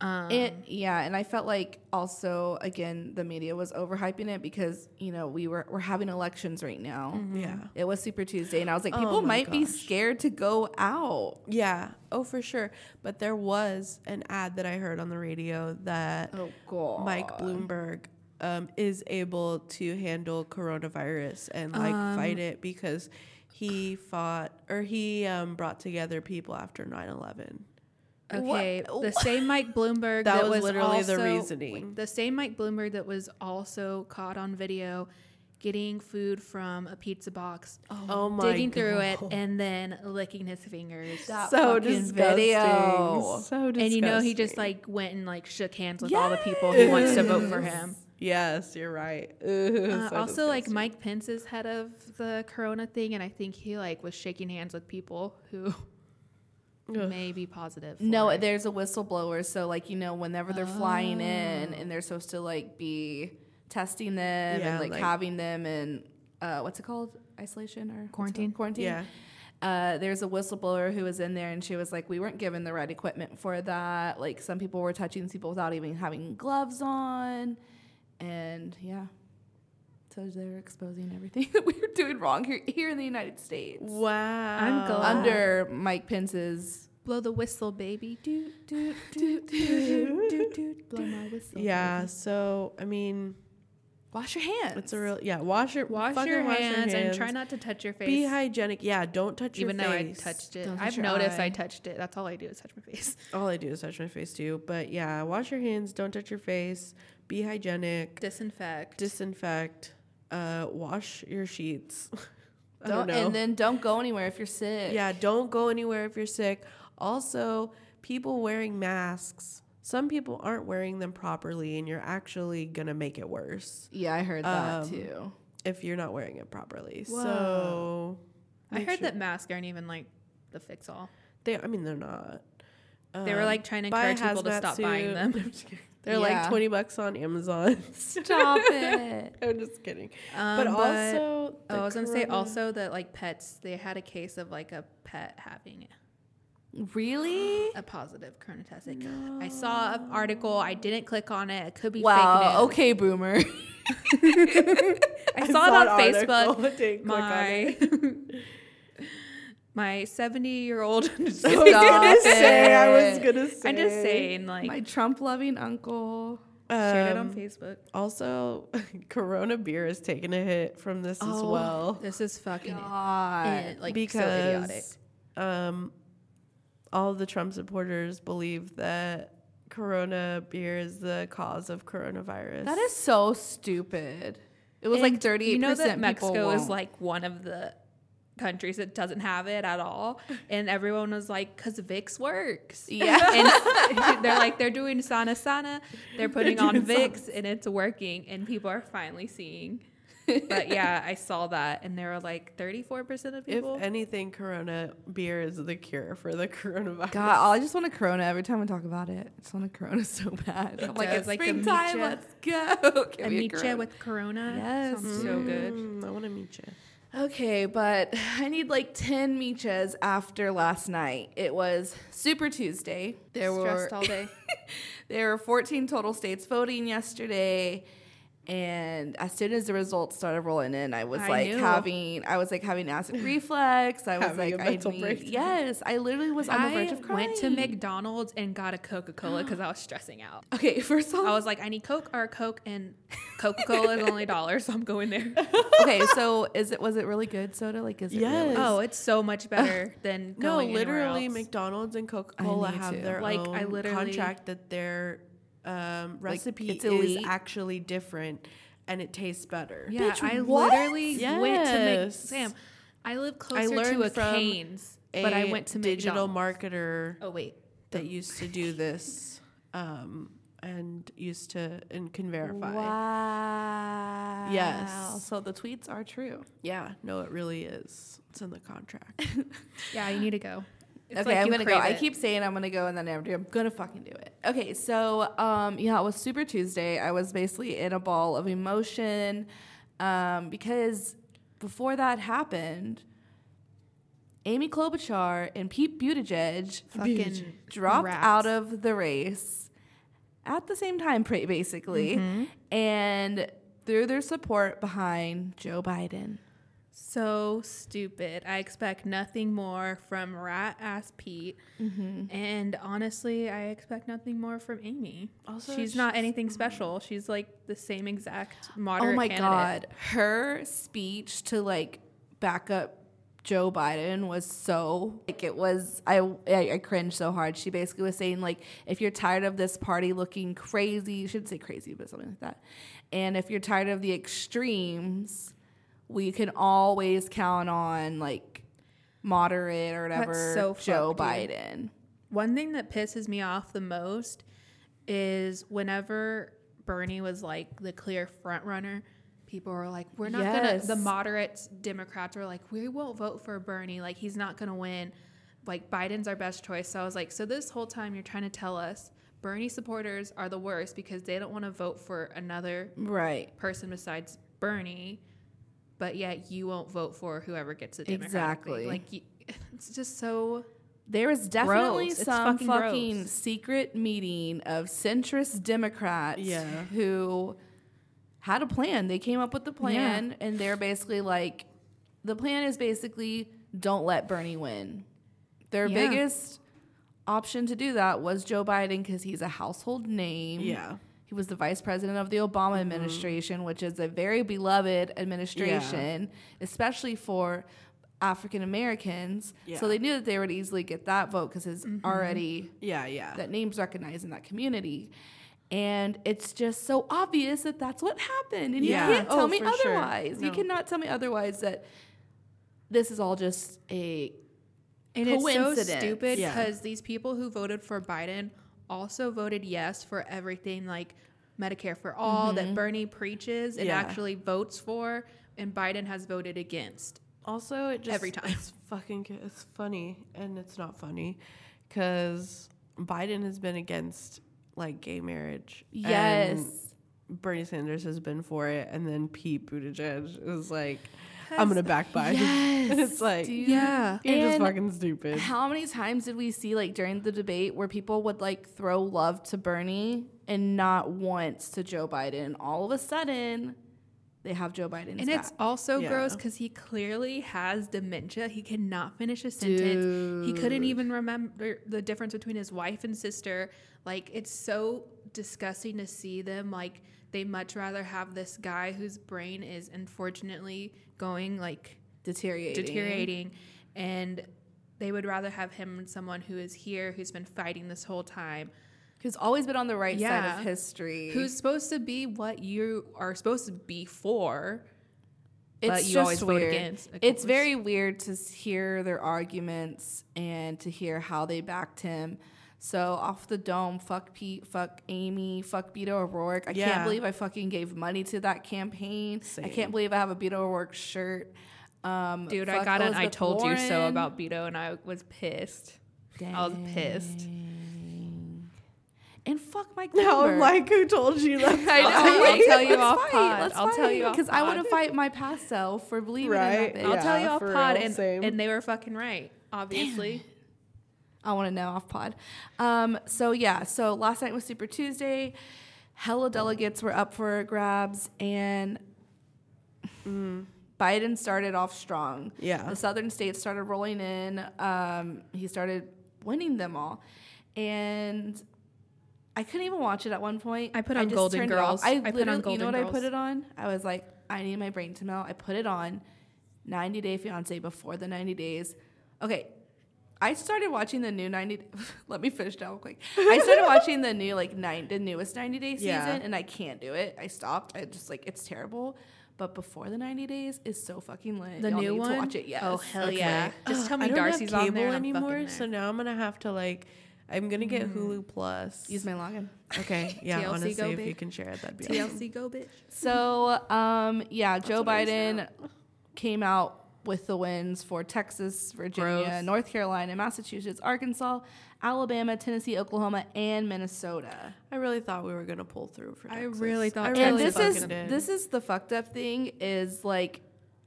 Um,
It yeah, and I felt like also again the media was overhyping it because you know we were we're having elections right now.
Yeah.
It was Super Tuesday, and I was like, people
Mm-hmm. Oh my
might be
gosh.
scared to go out.
Yeah. Oh, for sure. But there was an ad that I heard on the radio that
Oh god,
Mike Bloomberg um, is able to handle coronavirus and like
Um,
fight it because he fought or he um, brought together people after 9 11.
okay, the same Mike Bloomberg that,
Oh. That was literally the
also-
reasoning.
The same Mike Bloomberg that was also caught on video getting food from a pizza box,
Oh, my
digging through it, and then licking his fingers.
That
So
fucking
disgusting.
video.
So disgusting.
and you know he just like went and like shook hands with all the people who wants to vote for him.
Yes, you're right. Ugh,
Uh,
so
also, like
disgusting.
Mike Pence is head of the Corona thing, and I think he like was shaking hands with people who may be positive. for
No,
it.
there's a whistleblower. So like you know, whenever they're flying
Oh.
in and they're supposed to like be testing them
Yeah,
and like,
like-
having them in uh, what's it called isolation or what's it
Quarantine.
called? Quarantine.
Yeah.
Uh, there's a whistleblower who was in there and she was like, we weren't given the right equipment for that. Like some people were touching people without even having gloves on, and yeah. So they're exposing everything that we were doing wrong here, here in the United States
Wow.
I'm glad.
under Mike Pence's
blow the whistle, baby. Do do do
blow my whistle.
Yeah. So, I mean,
Wash your hands.
it's a real, yeah, wash your,
wash
fucking
your,
wash
hands and try not to touch your face.
Be hygienic. Yeah, don't touch
even
your
though
face.
I touched it,
Don't touch
I've
your
noticed
eye.
I touched it. That's all I do is touch my face.
All I do is touch my face too. But yeah, wash your hands. Don't touch your face. Be hygienic.
Disinfect.
disinfect. Uh, wash your sheets. I don't,
Don't,
know.
and then don't go anywhere if you're sick.
yeah, don't go anywhere if you're sick. Also, people wearing masks. Some people aren't wearing them properly, and you're actually gonna make it worse
Yeah, I heard that
Um,
too.
if you're not wearing it properly.
Whoa.
So,
I
make
heard
sure-
that masks aren't even like the fix all.
they. I mean, they're not.
They were
Um,
like trying to
buy a
encourage people to
hazmat
stop buying
suit.
them.
I'm just kidding. They're
Yeah.
like twenty bucks on Amazon.
Stop it.
I'm just kidding.
Um,
but also,
oh, I was gonna say
corona-
also that like pets, they had a case of like a pet having
Really?
a positive corona test. It- I saw an article. I didn't click on it. It could be fake
Wow.
news.
Okay, boomer.
I saw it on
an article.
Facebook.
I didn't click on
My
it.
my seventy year old.
Stop it.
Say, I was gonna say.
I'm just saying, like,
My Trump loving uncle.
shared it on
Um,
Facebook.
Also, Corona beer is taking a hit from this as well
This is fucking
God.
it, Oh, like so
because
idiotic.
um, all the Trump supporters believe that Corona beer is the cause of coronavirus.
That is so stupid. It was like
And
38%
You know that
people
Mexico is
won't.
like one of the countries that doesn't have it at all, and everyone was like, "Cause Vicks works."
Yeah.
And they're like, they're doing sana sana, they're putting on Vicks, and it's working, and people are finally seeing. But yeah, I saw that, and there were like 34% of
If
people.
anything, Corona beer is the cure for the coronavirus.
God, I just want a Corona every time we talk about it. I just want a Corona so bad. I'm like,
does,
it's
like the
springtime.
Micha-
Let's go. Give
I
me a
meet
Corona.
you with Corona.
Yes.
Sounds so good.
Mm, I want to meet you.
Okay, but I need like 10 michas after last night. It was Super Tuesday. There
Stressed
were
all day.
there were 14 total states voting yesterday And as soon as the results started rolling in, I was
I
like
knew.
having I was like having acid reflux. I was
Having a
like, I
mental
need,
breakdown.
yes, I literally was on the verge
I
of crying.
went to McDonald's and got a Coca Cola because I was stressing out.
Okay, first off,
I was like, I need Coke or a Coke, and Coca Cola is only a dollar, so I'm going there.
okay, so is it was it really good soda? Like, is it really?
Yes.
Oh, it's so much better than
No,
going anywhere
literally,
else.
McDonald's and Coca Cola
need
have
to.
their
Like,
own
I literally-
contract that their um, recipe
it's
is
elite.
actually different and it tastes better.
Yeah,
Bitch,
I
what?
literally went to Mc-
Yes.
Sam. I live closer to
learned
a
from
Canes, but I
A
went to
digital
McDonald's.
marketer
Oh wait,
that used to do this um, and used to and can verify.
Wow.
Yes.
So the tweets are true.
Yeah, no, it really is. It's in the contract.
yeah, you need to go. It's
okay,
like
I'm
you
gonna go.
crave
I
it.
keep saying I'm gonna go, and then I never do. I'm gonna fucking do it. Okay, so um, yeah, it was Super Tuesday. I was basically in a ball of emotion um, because before that happened, Amy Klobuchar and Pete Buttigieg
fucking
dropped
rats.
out of the race at the same time, pra- basically,
Mm-hmm.
and threw their support behind Joe Biden.
So stupid. I expect nothing more from rat ass Pete,
Mm-hmm.
and honestly, I expect nothing more from Amy.
Also,
she's
it's
not anything special. She's like the same exact moderate.
mm-hmm. Oh my
candidate.
god, her speech to like back up Joe Biden was so like it was I, I I cringed so hard. She basically was saying like if you're tired of this party looking crazy, you shouldn't say crazy, but something like that. And if you're tired of the extremes, we can always count on like moderate or whatever
so
Joe
fucked, dude.
Biden.
One thing that pisses me off the most is whenever Bernie was like the clear front runner, people were like, "We're not
Yes.
gonna." The moderates, Democrats were like, "We won't vote for Bernie. Like he's not gonna win. Like Biden's our best choice." So I was like, "So this whole time you're trying to tell us Bernie supporters are the worst because they don't want to vote for another
Right.
person besides Bernie, but yet you won't vote for whoever gets it democratically."
Exactly.
Like you, it's just so
There is definitely
Gross. It's
some
fucking
fucking,
gross.
secret meeting of centrist Democrats
Yeah.
who had a plan. They came up with the plan, and they're basically like, the plan is basically don't let Bernie win. Their
Yeah.
biggest option to do that was Joe Biden because he's a household name.
yeah.
He was the vice president of the Obama
Mm-hmm.
administration, which is a very beloved administration, especially for African Americans. So
Yeah. Mm-hmm.
they knew that they would easily get that vote because it's already
Yeah, yeah.
that name's recognized in that community. And it's just so obvious that that's what happened. And
Yeah.
you can't tell
Oh,
me
for sure.
otherwise. You
No.
cannot tell me otherwise that this is all just a
And it's so
coincidence.
stupid
Yeah.
because these people who voted for Biden also voted yes for everything like Medicare for all that Bernie preaches and
Mm-hmm. Yeah.
actually votes for, and Biden has voted against.
Also, it just
Every time.
it's fucking co- it's funny and it's not funny because Biden has been against like gay marriage. and
Yes.
Bernie Sanders has been for it, and then Pete Buttigieg is like, "I'm gonna back Biden." and it's like
dude.
Yeah.
you're just
And
fucking stupid.
How many times did we see like during the debate where people would like throw love to Bernie and not once to Joe Biden? And all of a sudden, they have Joe Biden.
And it's also
Yeah.
gross because he clearly has dementia. He cannot finish a sentence. He couldn't even remember the difference between his wife and sister. Like, it's so disgusting to see them. Like, they much rather have this guy whose brain is unfortunately going like
deteriorating.
deteriorating and they would rather have him than someone who is here who's been fighting this whole time
Who's always been on the right side
Yeah.
of history.
who's supposed to be what you are supposed to be for but you always vote against, of course.
It's very weird to s- hear their arguments and to hear how they backed him. So off the dome, fuck Pete, fuck Amy, fuck Beto O'Rourke. I can't
Yeah.
believe I fucking gave money to that campaign. I
Same.
can't believe I have a Beto O'Rourke shirt. Um,
dude i
fuck
got an i
Elizabeth
told you so
Warren.
about beto and i was pissed i was pissed
And fuck Mike.
Now I'm
Bloomberg.
like, who told you that?
I
I'll tell- I'll tell you off
fight,
pod.
let's
I'll tell
fight.
you off
because I
pod.
want to fight my past self for believing
Right,
in that bitch.
i'll tell
Yeah,
you off
for
pod
real,
and,
same.
and they were fucking right obviously
I want to know off pod. Um, so yeah, so last night was Super Tuesday. Hella delegates were up for grabs, and Biden started off strong.
Yeah.
The southern states started rolling in. Um, he started winning them all. And I couldn't even watch it at one point.
I put on
just
Golden
turned it off.
Girls.
I,
I put on
literally, you
Golden
know what I
Girls.
put it on? I was like, I need my brain to melt. I put it on. 90 Day Fiance before the 90 days. Okay. I started watching the new 90 let me finish down real quick. I started watching the new like nine the newest 90 day season
Yeah.
and I can't do it. I stopped. I just like it's terrible. But before the 90 days is so fucking lit.
The
Y'all
new
need
one?
to watch it. Yes.
Oh hell
Okay.
yeah! Just tell
I
me
don't
Darcy's
have
on
cable
there and I'm
anymore,
fucking there. Mm.
so now I'm gonna have to like. I'm gonna get Hulu Plus.
Use my login.
okay, yeah.
TLC
honestly,
go
if you
big.
can share it, that'd be awesome.
TLC go bitch.
So, um, yeah, Joe
what I
Biden came out with the wins for Texas, Virginia,
Gross.
North Carolina, Massachusetts, Arkansas, Alabama, Tennessee, Oklahoma, and Minnesota.
I really thought we were gonna pull through for.
I
Texas.
really thought so.
and
really
this is
fucking did.
this is the fucked up thing is like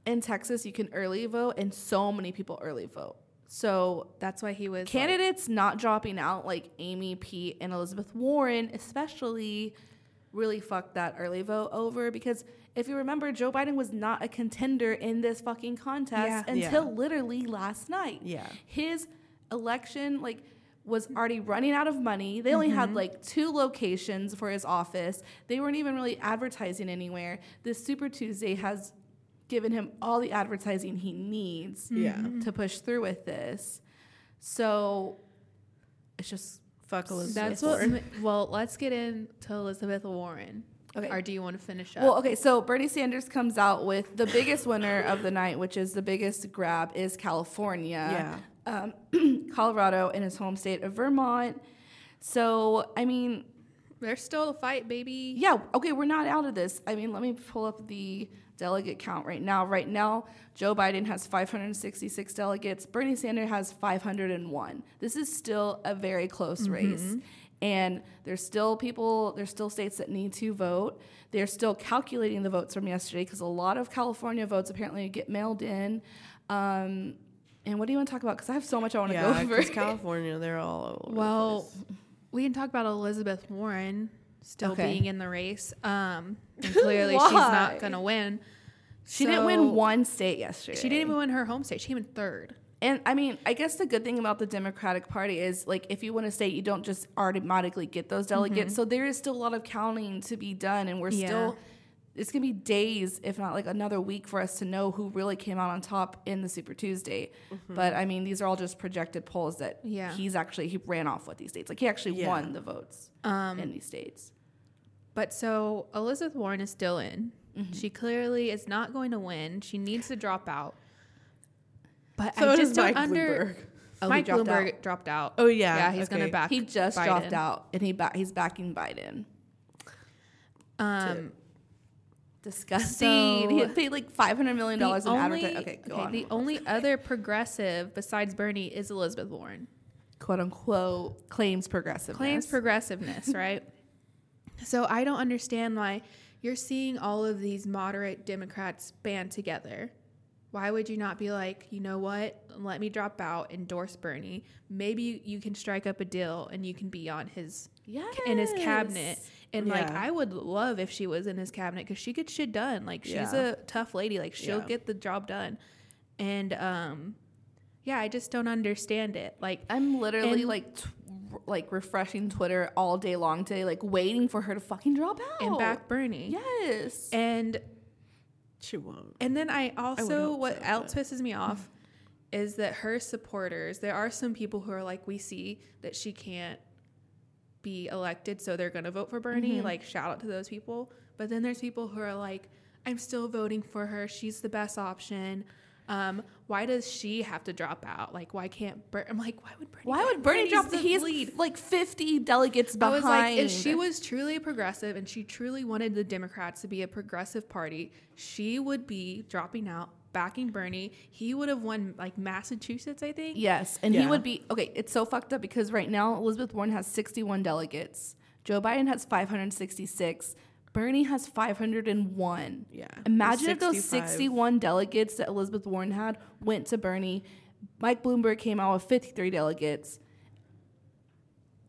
in Texas you can early vote and so many people early vote. So
That's why he was like,
candidates not dropping out like Amy Pete and Elizabeth Warren especially really fucked that early vote over because if you remember Joe Biden was not a contender in this fucking contest
Yeah.
until
Yeah.
literally last night.
Yeah.
His election like was already running out of money. They only
Mm-hmm.
had like two locations for his office. They weren't even really advertising anywhere. This Super Tuesday has given him all the advertising he needs
Yeah.
to push through with this. So it's just
Fuck Elizabeth.
That's what. Well, let's get into Elizabeth Warren.
Okay.
Or do you want to finish up?
well, okay. So Bernie Sanders comes out with the biggest winner of the night, which is the biggest grab, is California, um, Colorado, and his home state of Vermont. So I mean,
There's still a fight, baby.
yeah, okay, we're not out of this. I mean, let me pull up the delegate count right now. Right now, Joe Biden has 566 delegates, Bernie Sanders has 501. This is still a very close
Mm-hmm.
race. And there's still people, there's still states that need to vote. They're still calculating the votes from yesterday because a lot of California votes apparently get mailed in. Um, and what do you want to talk about? Because I have so much I want to
Yeah,
go over.
because California, they're all over the
Well,
place.
we can talk about Elizabeth Warren still
Okay.
being in the race. Um, and clearly she's
Why?
not gonna win.
she didn't
So-
win one state yesterday.
She didn't even win her home state. She came in third.
And I mean, I guess the good thing about the Democratic Party is like if you win a state, you don't just automatically get those delegates. So there is still a lot of counting to be done, and we're
Mm-hmm. Yeah.
still it's gonna be days, if not like another week, for us to know who really came out on top in the Super Tuesday. But I mean, these are all just projected polls that
Mm-hmm. Yeah.
he's actually he ran off with these states. Like he actually
Yeah.
won the votes
Um,
in these states.
But so Elizabeth Warren is still in.
Mm-hmm.
She clearly is not going to win. She needs to drop out. But
so
I
does
just don't
Mike
under
Bloomberg.
Oh, he
Mike
dropped
Bloomberg
out.
dropped out.
Oh, yeah,
yeah, he's gonna
okay.
back.
He just
Biden.
dropped out, and he ba- he's backing Biden.
Um,
Disgusting. he had paid like five hundred million dollars
the
in
only,
advertising. Okay, go
okay,
on.
the only other progressive besides Bernie is Elizabeth Warren.
quote unquote claims progressiveness.
Claims progressiveness, right? So I don't understand why you're seeing all of these moderate Democrats band together. Why would you not be like, you know what? Let me drop out, endorse Bernie. Maybe you, you can strike up a deal and you can be on his
yes.
in his cabinet. And like,
Yeah.
I would love if she was in his cabinet because she gets shit done. Like, she's
Yeah.
a tough lady. Like, she'll
Yeah.
get the job done. And um, yeah, I just don't understand it. Like,
I'm literally
And-
like tw- like refreshing Twitter all day long today, like waiting for her to fucking drop out
and back Bernie.
Yes.
And
she won't.
And then I also
hope
what
so,
else pisses me off is that her supporters, there are some people who are like, we see that she can't be elected, so they're gonna vote for Bernie.
Mm-hmm.
Like shout out to those people. But then there's people who are like, I'm still voting for her. She's the best option. Um, why does she have to drop out? Like, why can't Bernie? I'm like, why would Bernie?
Why would Bernie drop the
Bernie's
he's like 50 delegates
I
behind?
was like, if she was truly progressive and she truly wanted the Democrats to be a progressive party, she would be dropping out, backing Bernie. He would have won like Massachusetts, I think.
Yes, and he
Yeah.
would be okay. It's so fucked up because right now Elizabeth Warren has 61 delegates, Joe Biden has 566, Bernie has 501.
Yeah.
imagine if those
65.
61 delegates that Elizabeth Warren had went to Bernie. Mike Bloomberg came out with 53 delegates.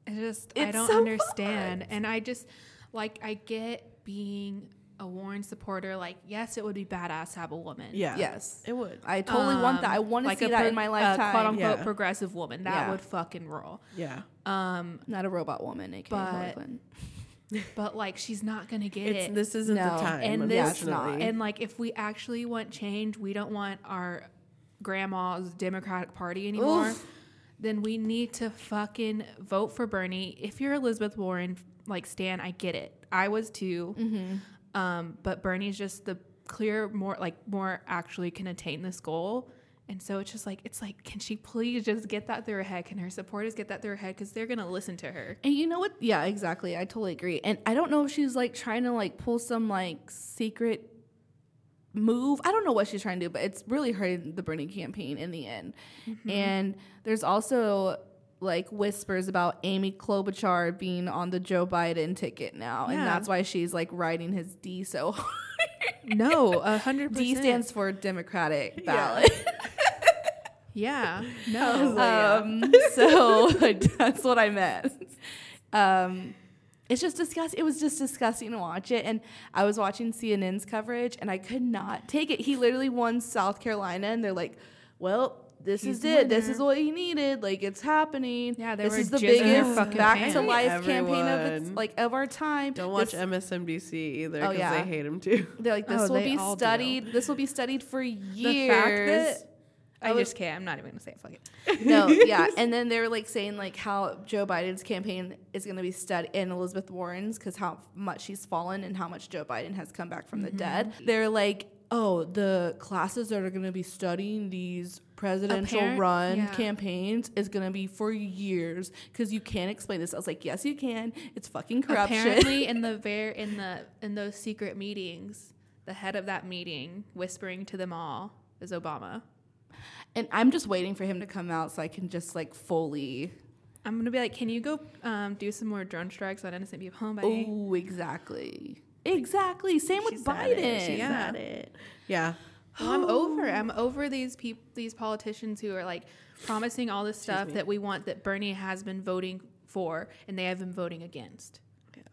I just I
It's
don't
so
understand, and I just Like, I get being a Warren supporter. Like, yes, it would be badass to have a woman.
Yeah.
Yes.
It would.
I totally want that. I
Um,
want to
like
see
a
that
pro-
in my
a
lifetime.
quote unquote
Yeah.
progressive woman. That
Yeah.
would fucking roll.
Yeah.
Um,
Not a robot woman, aka Harley
But-
Quinn.
but like she's not gonna get
It's
it.
this isn't
No.
the time.
and this
unfortunately.
and like if we actually want change, we don't want our grandma's Democratic Party anymore.
Oof.
Then we need to fucking vote for Bernie. If you're Elizabeth Warren, like Stan, I get it. I was too. Um, but Bernie's just the clear more like more actually can attain this goal. And so it's just like it's like, can she please just get that through her head? Can her supporters get that through her head? Because they're gonna listen to her.
And you know what? Yeah, exactly. I totally agree. And I don't know if she's like trying to like pull some like secret move. I don't know what she's trying to do, but it's really hurting the Bernie campaign in the end. And there's also like whispers about Amy Klobuchar being on the Joe Biden ticket now, and
Yeah.
that's why she's like riding his D so hard.
No, a hundred
D
percent.
stands for Democratic ballot.
Yeah. No.
Um, so that's what I meant. Um, it's just disgust. It was just disgusting to watch it, and I was watching CNN's coverage, and I could not take it. He literally won South Carolina, and they're like, "Well, this
He's
is
the
it. This
winner."
is what he needed. Like it's happening.
Yeah, they
this
were
is the
jizzing their
biggest
fucking
back to
pants.
life campaign of its
Everyone.
like of our time.
don't watch
This-
MSNBC either
Oh,
because
yeah.
they hate him too.
they're like, this
Oh,
will
they
be
all do.
studied. This will be studied for years.
The fact that I,
I was-
just can't. I'm not even gonna say it. Fuck it.
No, yeah, and then they were like saying like how Joe Biden's campaign is going to be studied and Elizabeth Warren's because how much she's fallen and how much Joe Biden has come back from the dead. They're like, oh, the classes that are going to be studying these presidential
Apparent-
run
yeah.
campaigns is going to be for years because you can't explain this. I was like, yes, you can. It's fucking corruption.
Apparently, in the ver- in the in those secret meetings, the head of that meeting whispering to them all is Obama.
and I'm just waiting for him to come out so I can just like fully.
I'm gonna be like, can you go um, do some more drone strikes on innocent people? Home by
Oh, exactly. Exactly. Same with Biden.
Yeah.
at it. Yeah.
well, I'm over. it. I'm over these people, these politicians who are like promising all this stuff that we want that Bernie has been voting for and they have been voting against.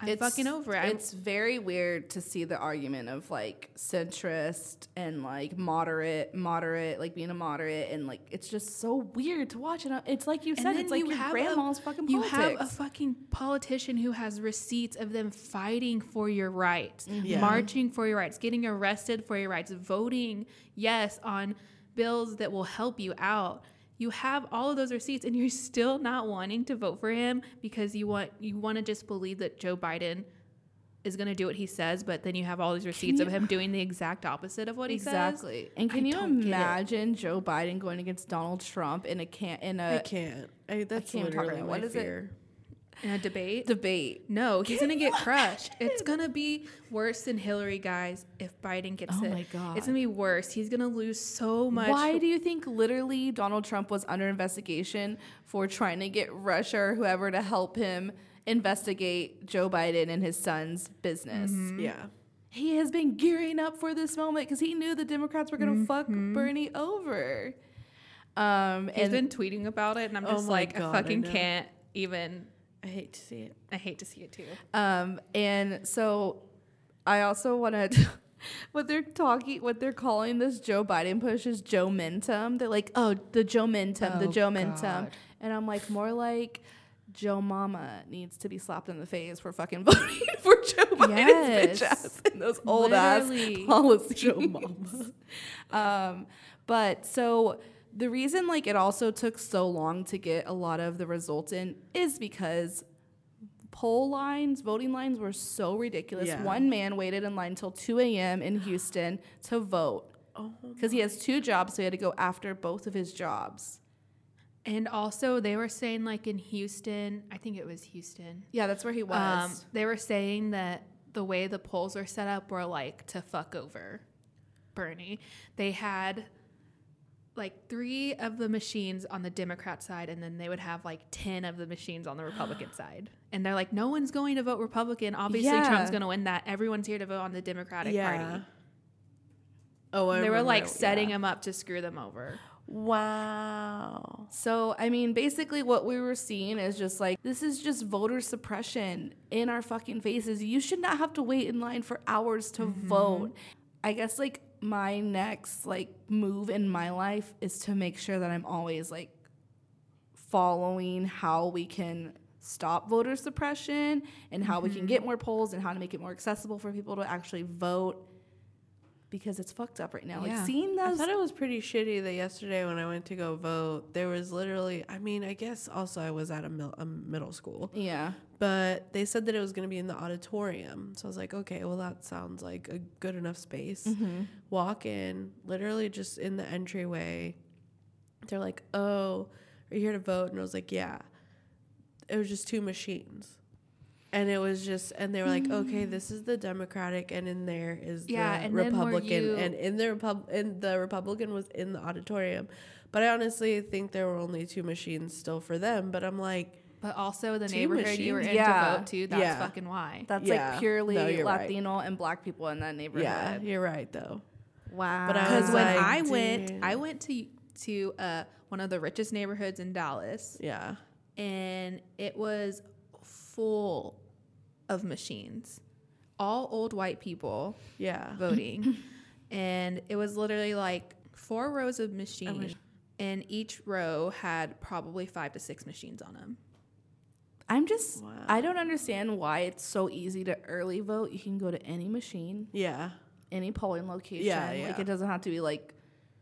I'm fucking over. it. I'm
It's very weird to see the argument of like centrist and like moderate, moderate, like being a moderate, and like it's just so weird to watch. And I- it's like you said,
then
it's like
you
your
have
grandma's fucking
you have
politics.
a fucking politician who has receipts of them fighting for your rights,
Mm-hmm.
Yeah.
marching for your rights, getting arrested for your rights, voting yes on bills that will help you out. You have all of those receipts, and you're still not wanting to vote for him because you want you want to just believe that Joe Biden is going to do what he says, but then you have all these receipts of him doing the exact opposite of what he says.
exactly. And can
I
you
don't get it.
imagine Joe Biden going against Donald Trump in a can in
I
a
can't. I, that's
can't talk
literally
about it.
my
What is it?
fear.
In a debate,
debate?
No, he's gonna get crushed. It's gonna be worse than Hillary, guys. If Biden gets
Oh
it,
my God.
it's gonna be worse. He's gonna lose so much.
Why do you think literally Donald Trump was under investigation for trying to get Russia or whoever to help him investigate Joe Biden and his son's business?
Yeah.
he has been gearing up for this moment because he knew the Democrats were going to fuck Bernie over. Um,
He's been
and
tweeting about it, and I'm
Oh
just
my
like,
God,
I
I
fucking
know.
can't even.
I hate to see it.
I hate to see it too.
um, and so I also want to. What they're talking, what they're calling this Joe Biden push is Joe Mentum. They're like, oh, the Joe Mentum, the
Oh,
Joe Mentum,
God.
and I'm like, more like Joe Mama needs to be slapped in the face for fucking voting for Joe
Yes.
Biden's bitch ass and those old ass
Literally.
policies. Joe Mama. um, but so the reason like it also took so long to get a lot of the results in is because poll lines, voting lines were so ridiculous.
Yeah.
One man waited in line until 2 a.m. in Houston to vote because he has two jobs, so he had to go after both of his jobs.
And also, they were saying like in Houston, I think it was Houston.
Yeah, that's where he was.
Um, they were saying that the way the polls are set up were like to fuck over Bernie. They had like three of the machines on the Democrat side, and then they would have like 10 of the machines on the Republican side. And they're like, no one's going to vote Republican. Obviously,
Yeah.
Trump's going to win that. Everyone's here to vote on the Democratic
yeah.
Party.
Oh,
they
I
were
remember
like
it.
setting him up to screw them over.
Wow.
So, I mean, basically, what we were seeing is just like, this is just voter suppression in our fucking faces. You should not have to wait in line for hours to
Mm-hmm.
vote. I guess, like, my next, like, move in my life is to make sure that I'm always, like, following how we can stop voter suppression and how we
Mm-hmm.
can get more polls and how to make it more accessible for people to actually vote because it's fucked up right now.
Yeah.
Like, seeing
I
those.
thought it was pretty shitty that yesterday when I went to go vote, there was literally, I mean, I guess also I was at a, mil- a middle school,
yeah.
but they said that it was going to be in the auditorium. So I was like, okay, well, that sounds like a good enough space.
Mm-hmm.
Walk in, literally just in the entryway. They're like, oh, are you here to vote? And I was like, yeah. It was just two machines. And it was just, and they were like, okay, this is the Democratic, and in there is
Mm. Yeah,
the
and then were
Republican,
you-
and in the Repub- and the Republican was in the auditorium. But I honestly think there were only two machines still for them. But I'm like,
But also the
Two
neighborhood you were in
machines?
Yeah.
to vote to, that's
Yeah.
fucking why.
That's
Yeah.
like purely
No, you're right.
Latino and black people in that neighborhood.
yeah, you're right though.
Wow.
But I
Because
was
when
like,
I went,
dude.
I went to to uh, one of the richest neighborhoods in Dallas,
Yeah.
and it was full of machines, all old white people
Yeah.
voting, and it was literally like four rows of
Oh
machines, and each row had probably five to six machines on them.
I'm just
Wow.
I don't understand why it's so easy to early vote. You can go to any machine,
Yeah.
any polling location.
Yeah,
Like
yeah.
it doesn't have to be like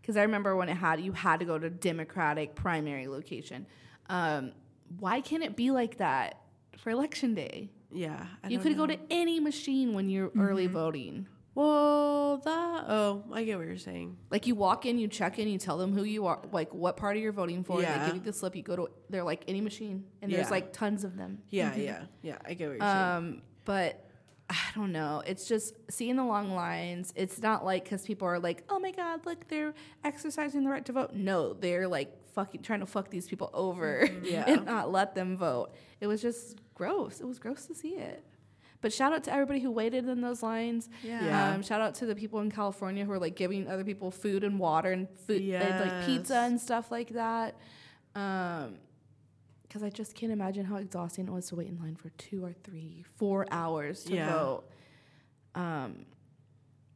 cuz I remember when it had you had to go to Democratic primary location. Um, why can't it be like that for election day?
Yeah. I
you
don't
could go
know.
to any machine when you're early voting.
Well, that. Oh, I get what you're saying.
Like you walk in, you check in, you tell them who you are, like what party you're voting for. They
Yeah.
give you the slip. You go to they're like any machine, and
Yeah.
there's like tons of them.
Yeah, yeah, yeah. I get what you're saying.
Mm-hmm. Um, but I don't know. It's just seeing the long lines. It's not like because people are like, oh my god, look, they're exercising the right to vote. No, they're like fucking trying to fuck these people over
Mm-hmm. Yeah.
and not let them vote. It was just gross. It was gross to see it. But shout out to everybody who waited in those lines.
Yeah.
Yeah.
Um, shout out to the people in California who are like giving other people food and water and food and like pizza
Yes.
and stuff like that. Um, because I just can't imagine how exhausting it was to wait in line for two or three, four hours to
Yeah.
vote. Um,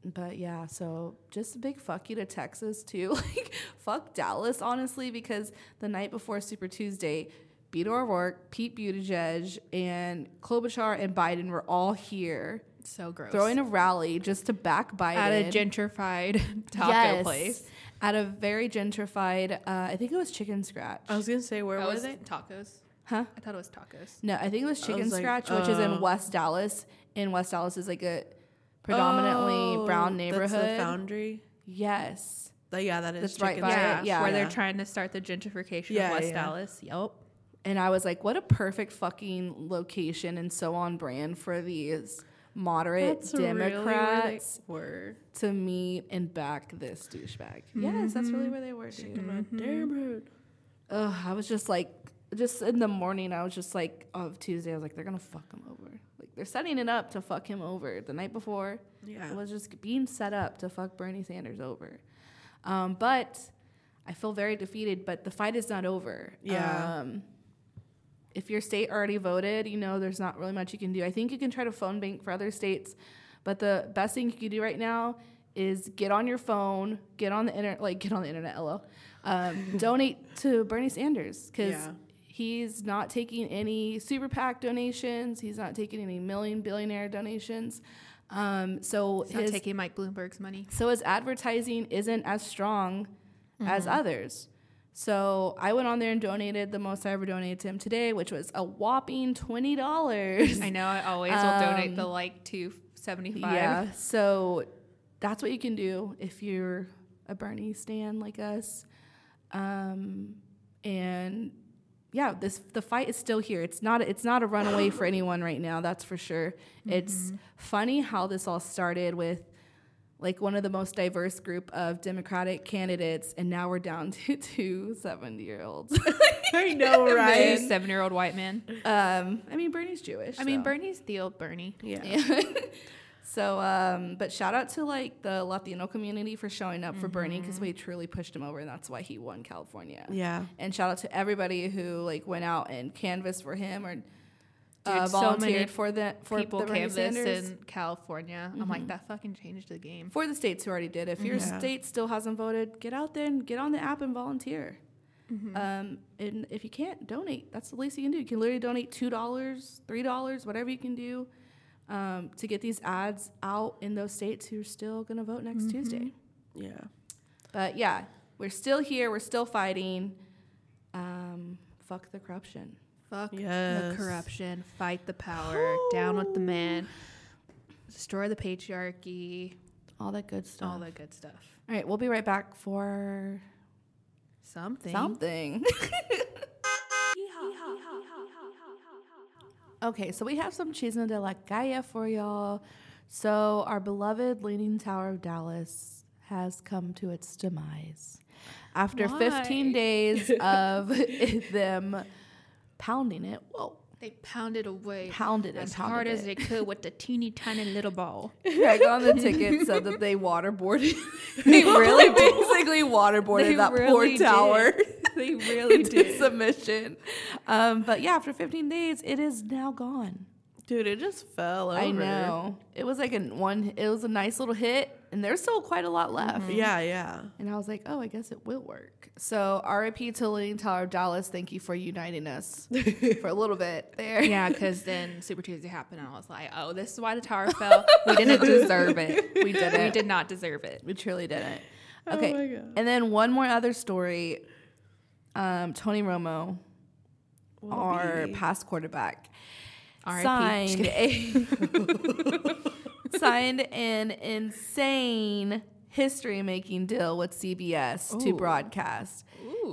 but yeah, so just a big fuck you to Texas too. Like fuck Dallas, honestly, because the night before Super Tuesday, Beto O'Rourke, Pete Buttigieg, and Klobuchar and Biden were all here
So gross.
throwing a rally just to back Biden
at a gentrified taco place.
at a very gentrified. Uh, I think it was Chicken Scratch.
I was gonna say where
I
was
was
it?
tacos.
Huh?
I thought it was tacos.
No, I think it was Chicken
was like,
Scratch, which is
uh,
in West Dallas. And West Dallas is like a predominantly brown neighborhood.
Oh, That's the Foundry.
yes.
That- yeah, that is
That's right
chicken
by it,
scratch.
yeah.
where they're trying to start the gentrification
Yeah,
of West
yeah.
Dallas. Yep.
And I was like, what a perfect fucking location and so on brand for these moderate
That's really where they
Democrats
were.
to meet and back this douchebag.
Mm-hmm.
Yes, that's really where they were. Dude.
Damn it.
Ugh, I was just like, just in the morning, I was just like, of Tuesday, I was like, they're gonna fuck him over. Like they're setting it up to fuck him over. The night before,
Yeah.
it was just being set up to fuck Bernie Sanders over. Um, but I feel very defeated. But the fight is not over.
Yeah.
Um, if your state already voted, you know there's not really much you can do. I think you can try to phone bank for other states, but the best thing you can do right now is get on your phone, get on the internet, like get on the internet, lol. Um, donate to Bernie Sanders because
Yeah.
he's not taking any super PAC donations. He's not taking any million billionaire donations. Um, so
It's not
his
taking Mike Bloomberg's money.
so his advertising isn't as strong as
Mm-hmm.
others. So I went on there and donated the most I ever donated to him today, which was a whopping twenty dollars.
I know I always will donate the like two seventy five.
um, Yeah. So that's what you can do if you're a Bernie stan like us. Um, and yeah, this the fight is still here. It's not it's not a runaway for anyone right now. That's for sure. It's funny how this all started with like one of the most diverse group of Democratic candidates, and now we're down to two 70 year olds.
I know, right?
Seven year old white man.
um, I mean, Bernie's Jewish.
I mean,
so.
Bernie's the old Bernie.
yeah.
Yeah. So, um, but shout out to like the Latino community for showing up for Bernie because
Mm-hmm.
we truly pushed him over, and that's why he won California.
Yeah.
And shout out to everybody who like went out and canvassed for him or uh,
Dude, so many
volunteered for the for
people
the Bernie
canvas
Sanders. Mm-hmm.
in California. I'm like, that fucking changed the game.
for the states who already did. If your
Yeah.
state still hasn't voted, get out there and get on the app and volunteer. Um, and if you can't donate, that's the least you can do. You can literally donate two dollars, three dollars, whatever you can do um, to get these ads out in those states who are still going to vote next Tuesday.
Yeah.
But yeah, we're still here. We're still fighting. Um, fuck the corruption.
Fuck
Yes.
the corruption. Fight the power. Down with the man. Destroy the patriarchy.
All that good stuff.
All that good stuff.
All right, we'll be right back for
Something.
something. okay, so we have some chisme de la calle for y'all. So our beloved Leaning Tower of Dallas has come to its demise after 15
Why?
days of them pounding it. Whoa.
They pounded away.
Pounded it,
as
pounded
hard as
it.
they could with the teeny tiny little ball.
Greg on the ticket said that they waterboarded. they really basically waterboarded
They
that
really
poor tower.
did. They really
into
did.
submission. Um, but yeah, after 15 days, it is now gone.
Dude, it just fell over.
I know. It was like a one. It was a nice little hit, and there's still quite a lot left.
Yeah, yeah.
And I was like, oh, I guess it will work. So RIP to Leaning Tower of Dallas. Thank you for uniting us for a little bit there.
Yeah, because then Super Tuesday happened, and I was like, "Oh, this is why the tower fell. We didn't deserve it.
we did
We
it.
did not deserve it."
We truly didn't. Okay.
my God.
And then one more other story. Um, Tony Romo, our
be.
past quarterback,
R.I.P.
signed a, signed an insane history-making deal with CBS to broadcast.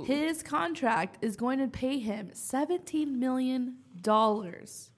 His contract is going to pay him seventeen million dollars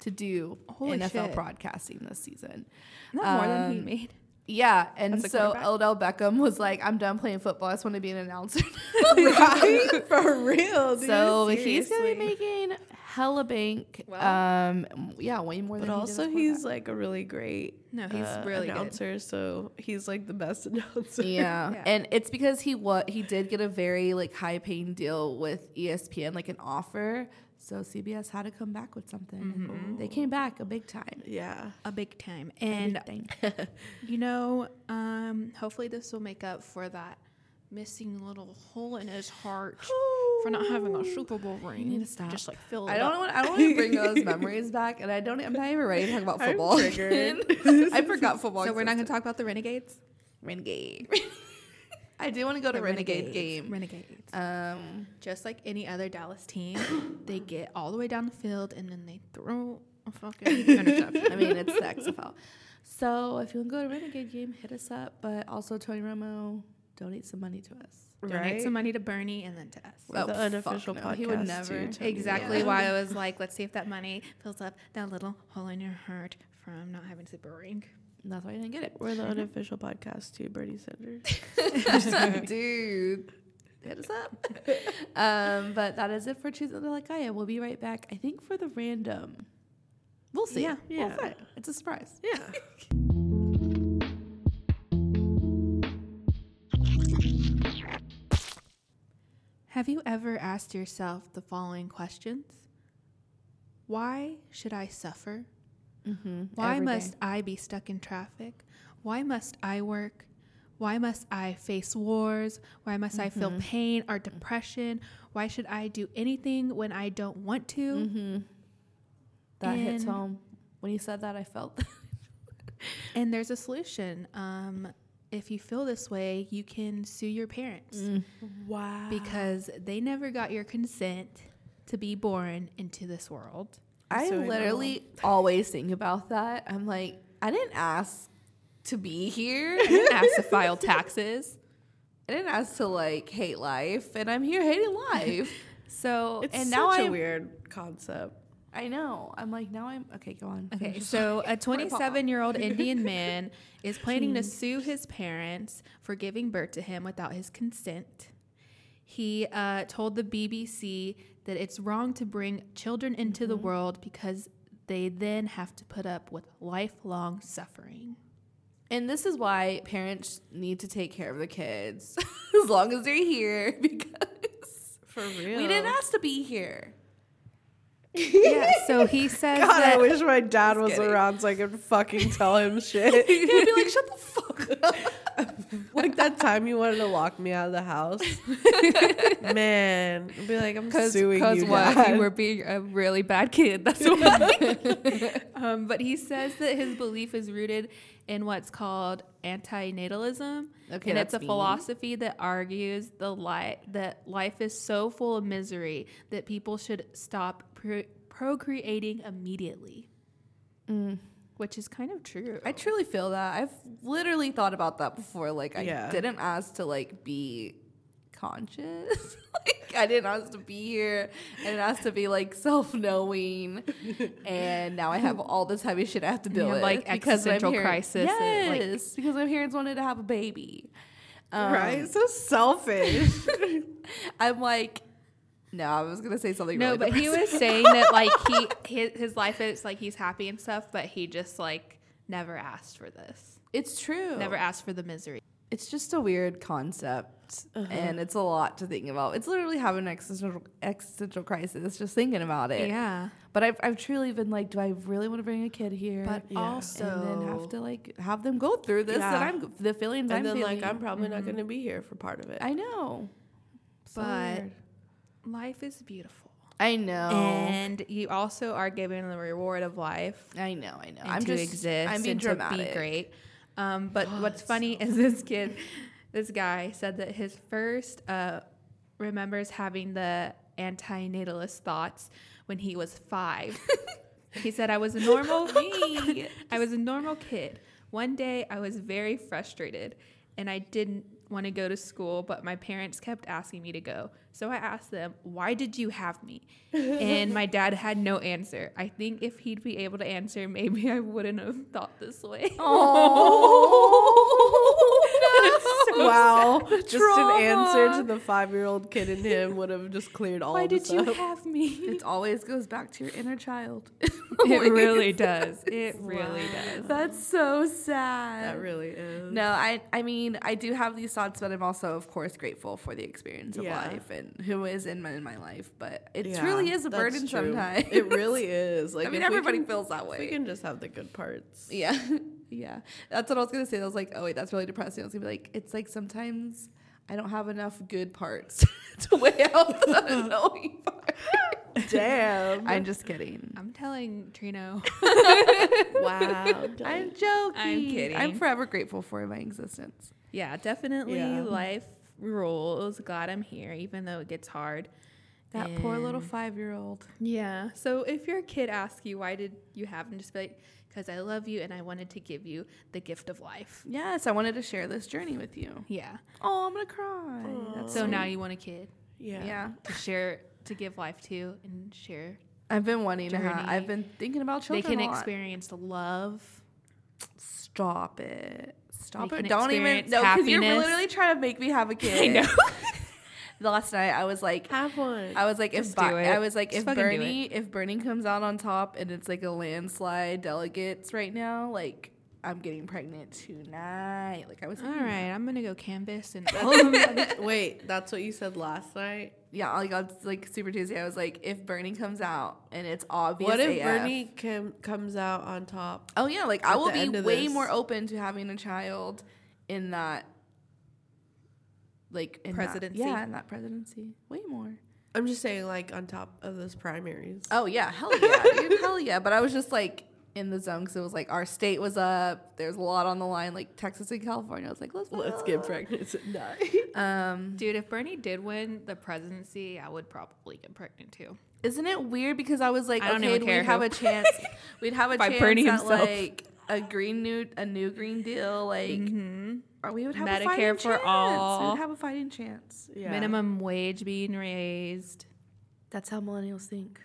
to do
Holy
NFL
shit.
broadcasting this season.
Not more than he
Um,
made.
yeah, and
As a
so
quarterback?
Odell Beckham was like, "I'm done playing football. I just want to be an announcer."
right? For real. Dude.
so he's gonna
Seriously.
be making hella bank.
Well.
um, yeah, way more.
But
than
also,
he did as
he's like a really great.
No, he's
uh,
really good.
announcer. So he's like the best announcer.
quarterback. yeah.
Yeah.
and it's because he what he did get a very like high paying deal with E ESPN, like an offer. So CBS had to come back with something. and They came back a big time.
Yeah.
a big time. And
Everything.
you know, um, hopefully this will make up for that missing little hole in his heart for not having a Super Bowl ring.
need to stop.
Just like fill it
I don't
up.
want. I don't want to bring those memories back, and I don't. I'm not even ready to talk about
I'm
football. again. I forgot football.
So we're not
existed.
going to talk about the Renegades.
Renegade. I do want to go to
The
Renegade
Renegades.
game.
Renegades.
Um,
Just like any other Dallas team, they get all the way down the field and then they throw a fucking interception.
I mean, it's the XFL. So if you want to go to Renegade game, hit us up. But also, Tony Romo, donate some money to us.
Donate
Right?
some money to Bernie and then to us.
We're the
Oh, fuck
unofficial
no. He would
podcast
never.
to Tony
Exactly why I was like, let's see if that money fills up that little hole in your heart from not having a Super Bowl ring.
That's why you didn't get it.
We're the unofficial podcast to Bernie Sanders.
dude. Hit us up. um, but that is it for Tuesday Like I Am. We'll be right back, I think, for the random. We'll see.
Yeah,
We'll
yeah.
find. It's a surprise.
Yeah.
Have you ever asked yourself the following questions? Why should I suffer?
Mm-hmm.
Why
every day.
must I be stuck in traffic? Why must I work? Why must I face wars? Why must I feel
Mm-hmm.
pain or depression? Why should I do anything when I don't want to?
Mm-hmm. That hits
And-
home. When you said that, I felt that.
And there's a solution. Um, if you feel this way, you can sue your parents
Mm.
Wow.
because they never got your consent to be born into this world.
I
So I know.
literally always think about that. I'm like, I didn't ask to be here. I didn't ask to file taxes. I didn't ask to like hate life, and I'm here hating life. So
It's
and
such
now
a
I
weird concept.
I know. I'm like now I'm okay. Go on.
Okay,
finish.
so a 27 year old Indian man is planning to sue his parents for giving birth to him without his consent. He
Mm-hmm.
uh, told the BBC that it's wrong to bring children into the world because they then have to put up with lifelong suffering.
And this is why parents need to take care of their kids as long as they're here because
For real.
we didn't ask to be here.
yeah, so he says
God, I
that
wish my dad was
kidding.
around so I could fucking tell him shit.
He'd be like, shut the fuck up.
like that time you wanted to lock me out of the house. Man, I'd be like, I'm suing you,
what?
dad.
You were being a really bad kid. That's why. um, but he says that his belief is rooted in what's called antinatalism,
Okay,
and it's
that's
a
me.
philosophy that argues the li- that life is so full of misery that people should stop pro- procreating immediately, which is kind of true.
Mm. I truly feel that. I've literally thought about that before. Like I
Yeah.
didn't ask to like be conscious. like I didn't ask to be here. I didn't ask to be like self knowing. and now I have all this heavy shit I have to deal
have,
with.
like,
because I'm
existential
here-
crisis and, like-
Yes, because my parents wanted to have a baby. Um,
right? So selfish.
I'm like, no, I was gonna say something.
no,
really
but he
depressing.
was saying that like he his, his life is like he's happy and stuff, but he just like never asked for this.
It's true.
Never asked for the misery.
it's just a weird concept
Uh-huh.
and it's a lot to think about it's literally having an existential, existential crisis just thinking about it
Yeah.
but I've, I've truly been like do i really want to bring a kid here
But
and then have to like have them go through this
Yeah.
and i'm the feelings i'm
and then,
feeling
like, I'm probably not going to be here for part of it.
i know So
But-
weird.
life is beautiful.
i know
And you also are given the reward of life
i know i know
and
i'm
to
just
exist
i'm being
and
dramatic Oh,
to be great. Um, but what's funny is this kid, this guy said that his first uh, remembers having the antinatalist thoughts when he was five. he said, I was a normal me. I was a normal kid. One day I was very frustrated and I didn't want to go to school, but my parents kept asking me to go. So I asked them, Why did you have me? And my dad had no answer. I think if he'd be able to answer, maybe I wouldn't have thought this way.
oh no.
wow. Just
trauma.
an answer to the five year old kid in him would have just cleared all
Why
of
did
this
you
up.
have me? Oh
it always goes back to your inner child Oh
It really does. It really does.
That's so sad.
That really is.
No, I I mean I do have these thoughts, but I'm also of course grateful for the experience of
Yeah.
life and who is in my, in my life. But it
Yeah,
really is a
that's
burden
true.
sometimes.
It really is. Like
I mean
if we
everybody
can-
feels that
if We
way.
can just have the good parts.
Yeah, yeah. That's what I was gonna say. I was like, oh wait, that's really depressing. I was gonna be like, it's like sometimes I don't have enough good parts to weigh out the annoying part.
Damn.
I'm just kidding.
I'm telling Trino.
wow.
I'm joking. I'm
kidding.
forever grateful for my existence.
Yeah, definitely
Yeah.
life rules. Glad I'm here, even though it gets hard.
That poor little
And-
five year old.
Yeah. So if your kid asks you, why did you have him? Just be like, because I love you and I wanted to give you the gift of life.
Yes, I wanted to share this journey with you.
Yeah.
Oh, I'm gonna cry. That's
So now you want a kid
Yeah.
yeah.
to share, to give life to and share.
I've been wanting to.
Journey.
Ha- I've been thinking about children.
they can
a lot.
experience the love.
Stop it. Stop
They
it.
can
Don't even.
experience
No, because you're
happiness.
literally trying to make me have a kid.
know.
The Last night I was like.
Have one.
I was like, if
Just
Bi-
do it.
I was like,
Just
if
fucking do
Bernie, if Bernie comes out on top and it's like a landslide delegates right now, like I'm getting pregnant tonight. Like I was,
All
thinking that.
right, I'm gonna go canvas and
Wait, that's what you said last night?
yeah. Like on like Super Tuesday, I was like, if Bernie comes out and it's obvious,
What if
AF,
Bernie com- comes out on top?
Oh yeah, like I
At
will
the
be
end of
way
this-
more open to having a child in that like in that-
Presidency?
yeah, in that presidency. Way more.
I'm just saying, like, on top of those primaries.
Oh yeah, hell yeah. dude, hell yeah. But I was just like in the zone because it was like our state was up. There's a lot on the line, like Texas and California. I was like, let's
Let's get pregnant tonight.
Um,
Dude, if Bernie did win the presidency, I would probably get pregnant too.
isn't it weird? Because I was like,
I don't
okay,
even
we'd
care
have
who.
a chance. We'd have a
By
chance
Bernie
at
himself.
like a green new a new green deal. Like,
Mm-hmm.
or we would have a
Medicare
fighting
for
chance.
all.
We'd have a fighting chance.
Yeah.
Minimum wage being raised.
That's how millennials think.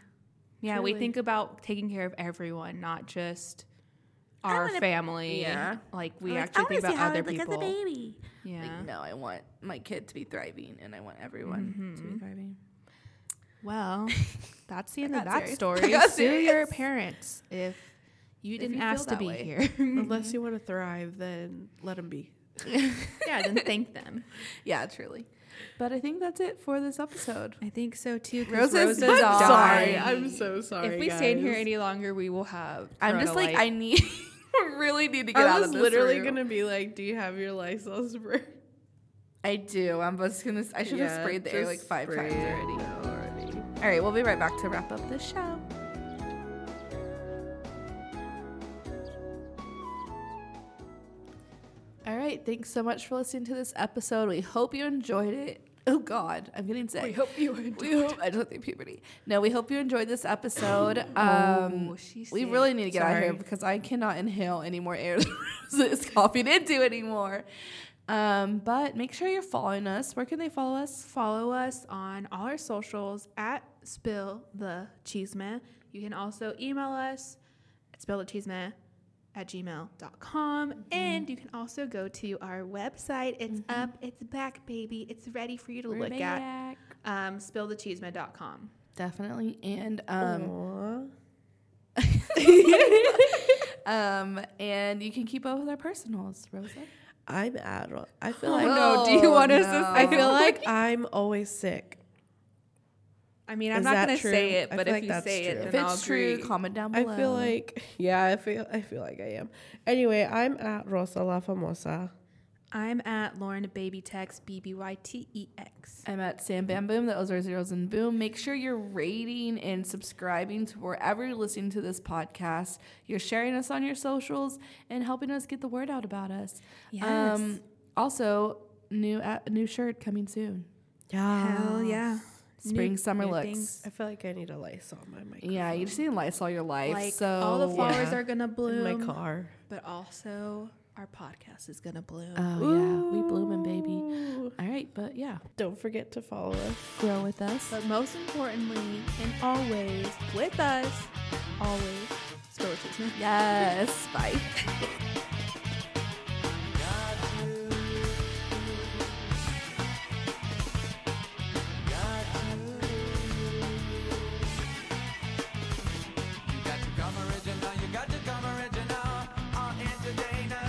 Yeah, we
Truly.
think about taking care of everyone, not just our
wanna-
family.
Yeah.
Like we
I'm like,
actually
I
think
wanna
about
see how
other
I look as a
people.
baby.
Yeah.
Mm-hmm. Like, no, I want my kid to be thriving, and I want everyone to be thriving.
Well, that's the end of
got
that
serious. I
story.
got
Sue your
serious.
parents if you
If
didn't
you feel
ask to
that
be
way.
here.
Unless you want to thrive, then let them be.
yeah, then thank them.
Yeah, truly. But I think that's it for this episode.
I think so too. 'cause
Rosa's
Rosa's
done.
dying.
Sorry,
I'm so sorry.
if we stay in here
guys.
any longer, we will have.
I'm just like, I need, really need to get
I
out
was
of this
literally
room.
gonna be like, "Do you have your Lysol spray?"
I do. I'm just gonna. I should have
Yeah,
sprayed the air like
just
five
spray
times
it
already.
already.
All right, we'll be right back to wrap up the show. All right, thanks so much for listening to this episode. We hope you enjoyed it. Oh God, I'm getting sick. We hope you enjoyed. I don't think puberty. No, we hope you enjoyed this episode. Um,
Oh, she's
we
sick.
really need to get out of here
Sorry.
because I cannot inhale any more air that this coffee didn't do anymore. Um, but make sure you're following us. Where can they follow us?
follow us on all our socials at Spill the Cheeseman. You can also email us at spillthecheeseman at gmail.com.
Mm-hmm.
And you can also go to our website. It's up, it's back, baby. It's ready for you to look at. Um, spillthecheeseman.com.
Definitely. And um,
Aw.
um, and you can keep up with our personals, Rosa.
I'm at. I feel
Oh,
like
no. Do you want us to
I feel like I'm always sick.
I mean,
Is
I'm not
that
going to
true?
say it,
I
but if
feel like
you
that's
say
true.
it,
If
then I'll
it's true,
agree.
comment down
I
below.
feel like yeah. I feel I feel like I am. Anyway, I'm at Rosa La Famosa.
I'm at Lauren Baby Tex, B B Y T E X.
I'm at Sam Bam Boom. Those are zeros and boom. Make sure you're rating and subscribing to wherever you're listening to this podcast. You're sharing us on your socials and helping us get the word out about us. Um,
Yes.
also, new a new shirt coming soon.
Yeah.
Hell yeah. New-
Spring summer
new
looks.
things.
I feel like I need a Lysol on my mic.
Yeah, you just need lights all your life.
Like
so
all the flowers
Yeah.
are gonna
in
bloom.
my car.
but also our podcast is gonna bloom.
Oh yeah, we blooming, baby. All right, but yeah,
Don't forget to follow us.
grow with us.
but most importantly, and always with us, always spill the cheese, man.
Yes, bye.
You got your gum original, you got your gum original on in today now.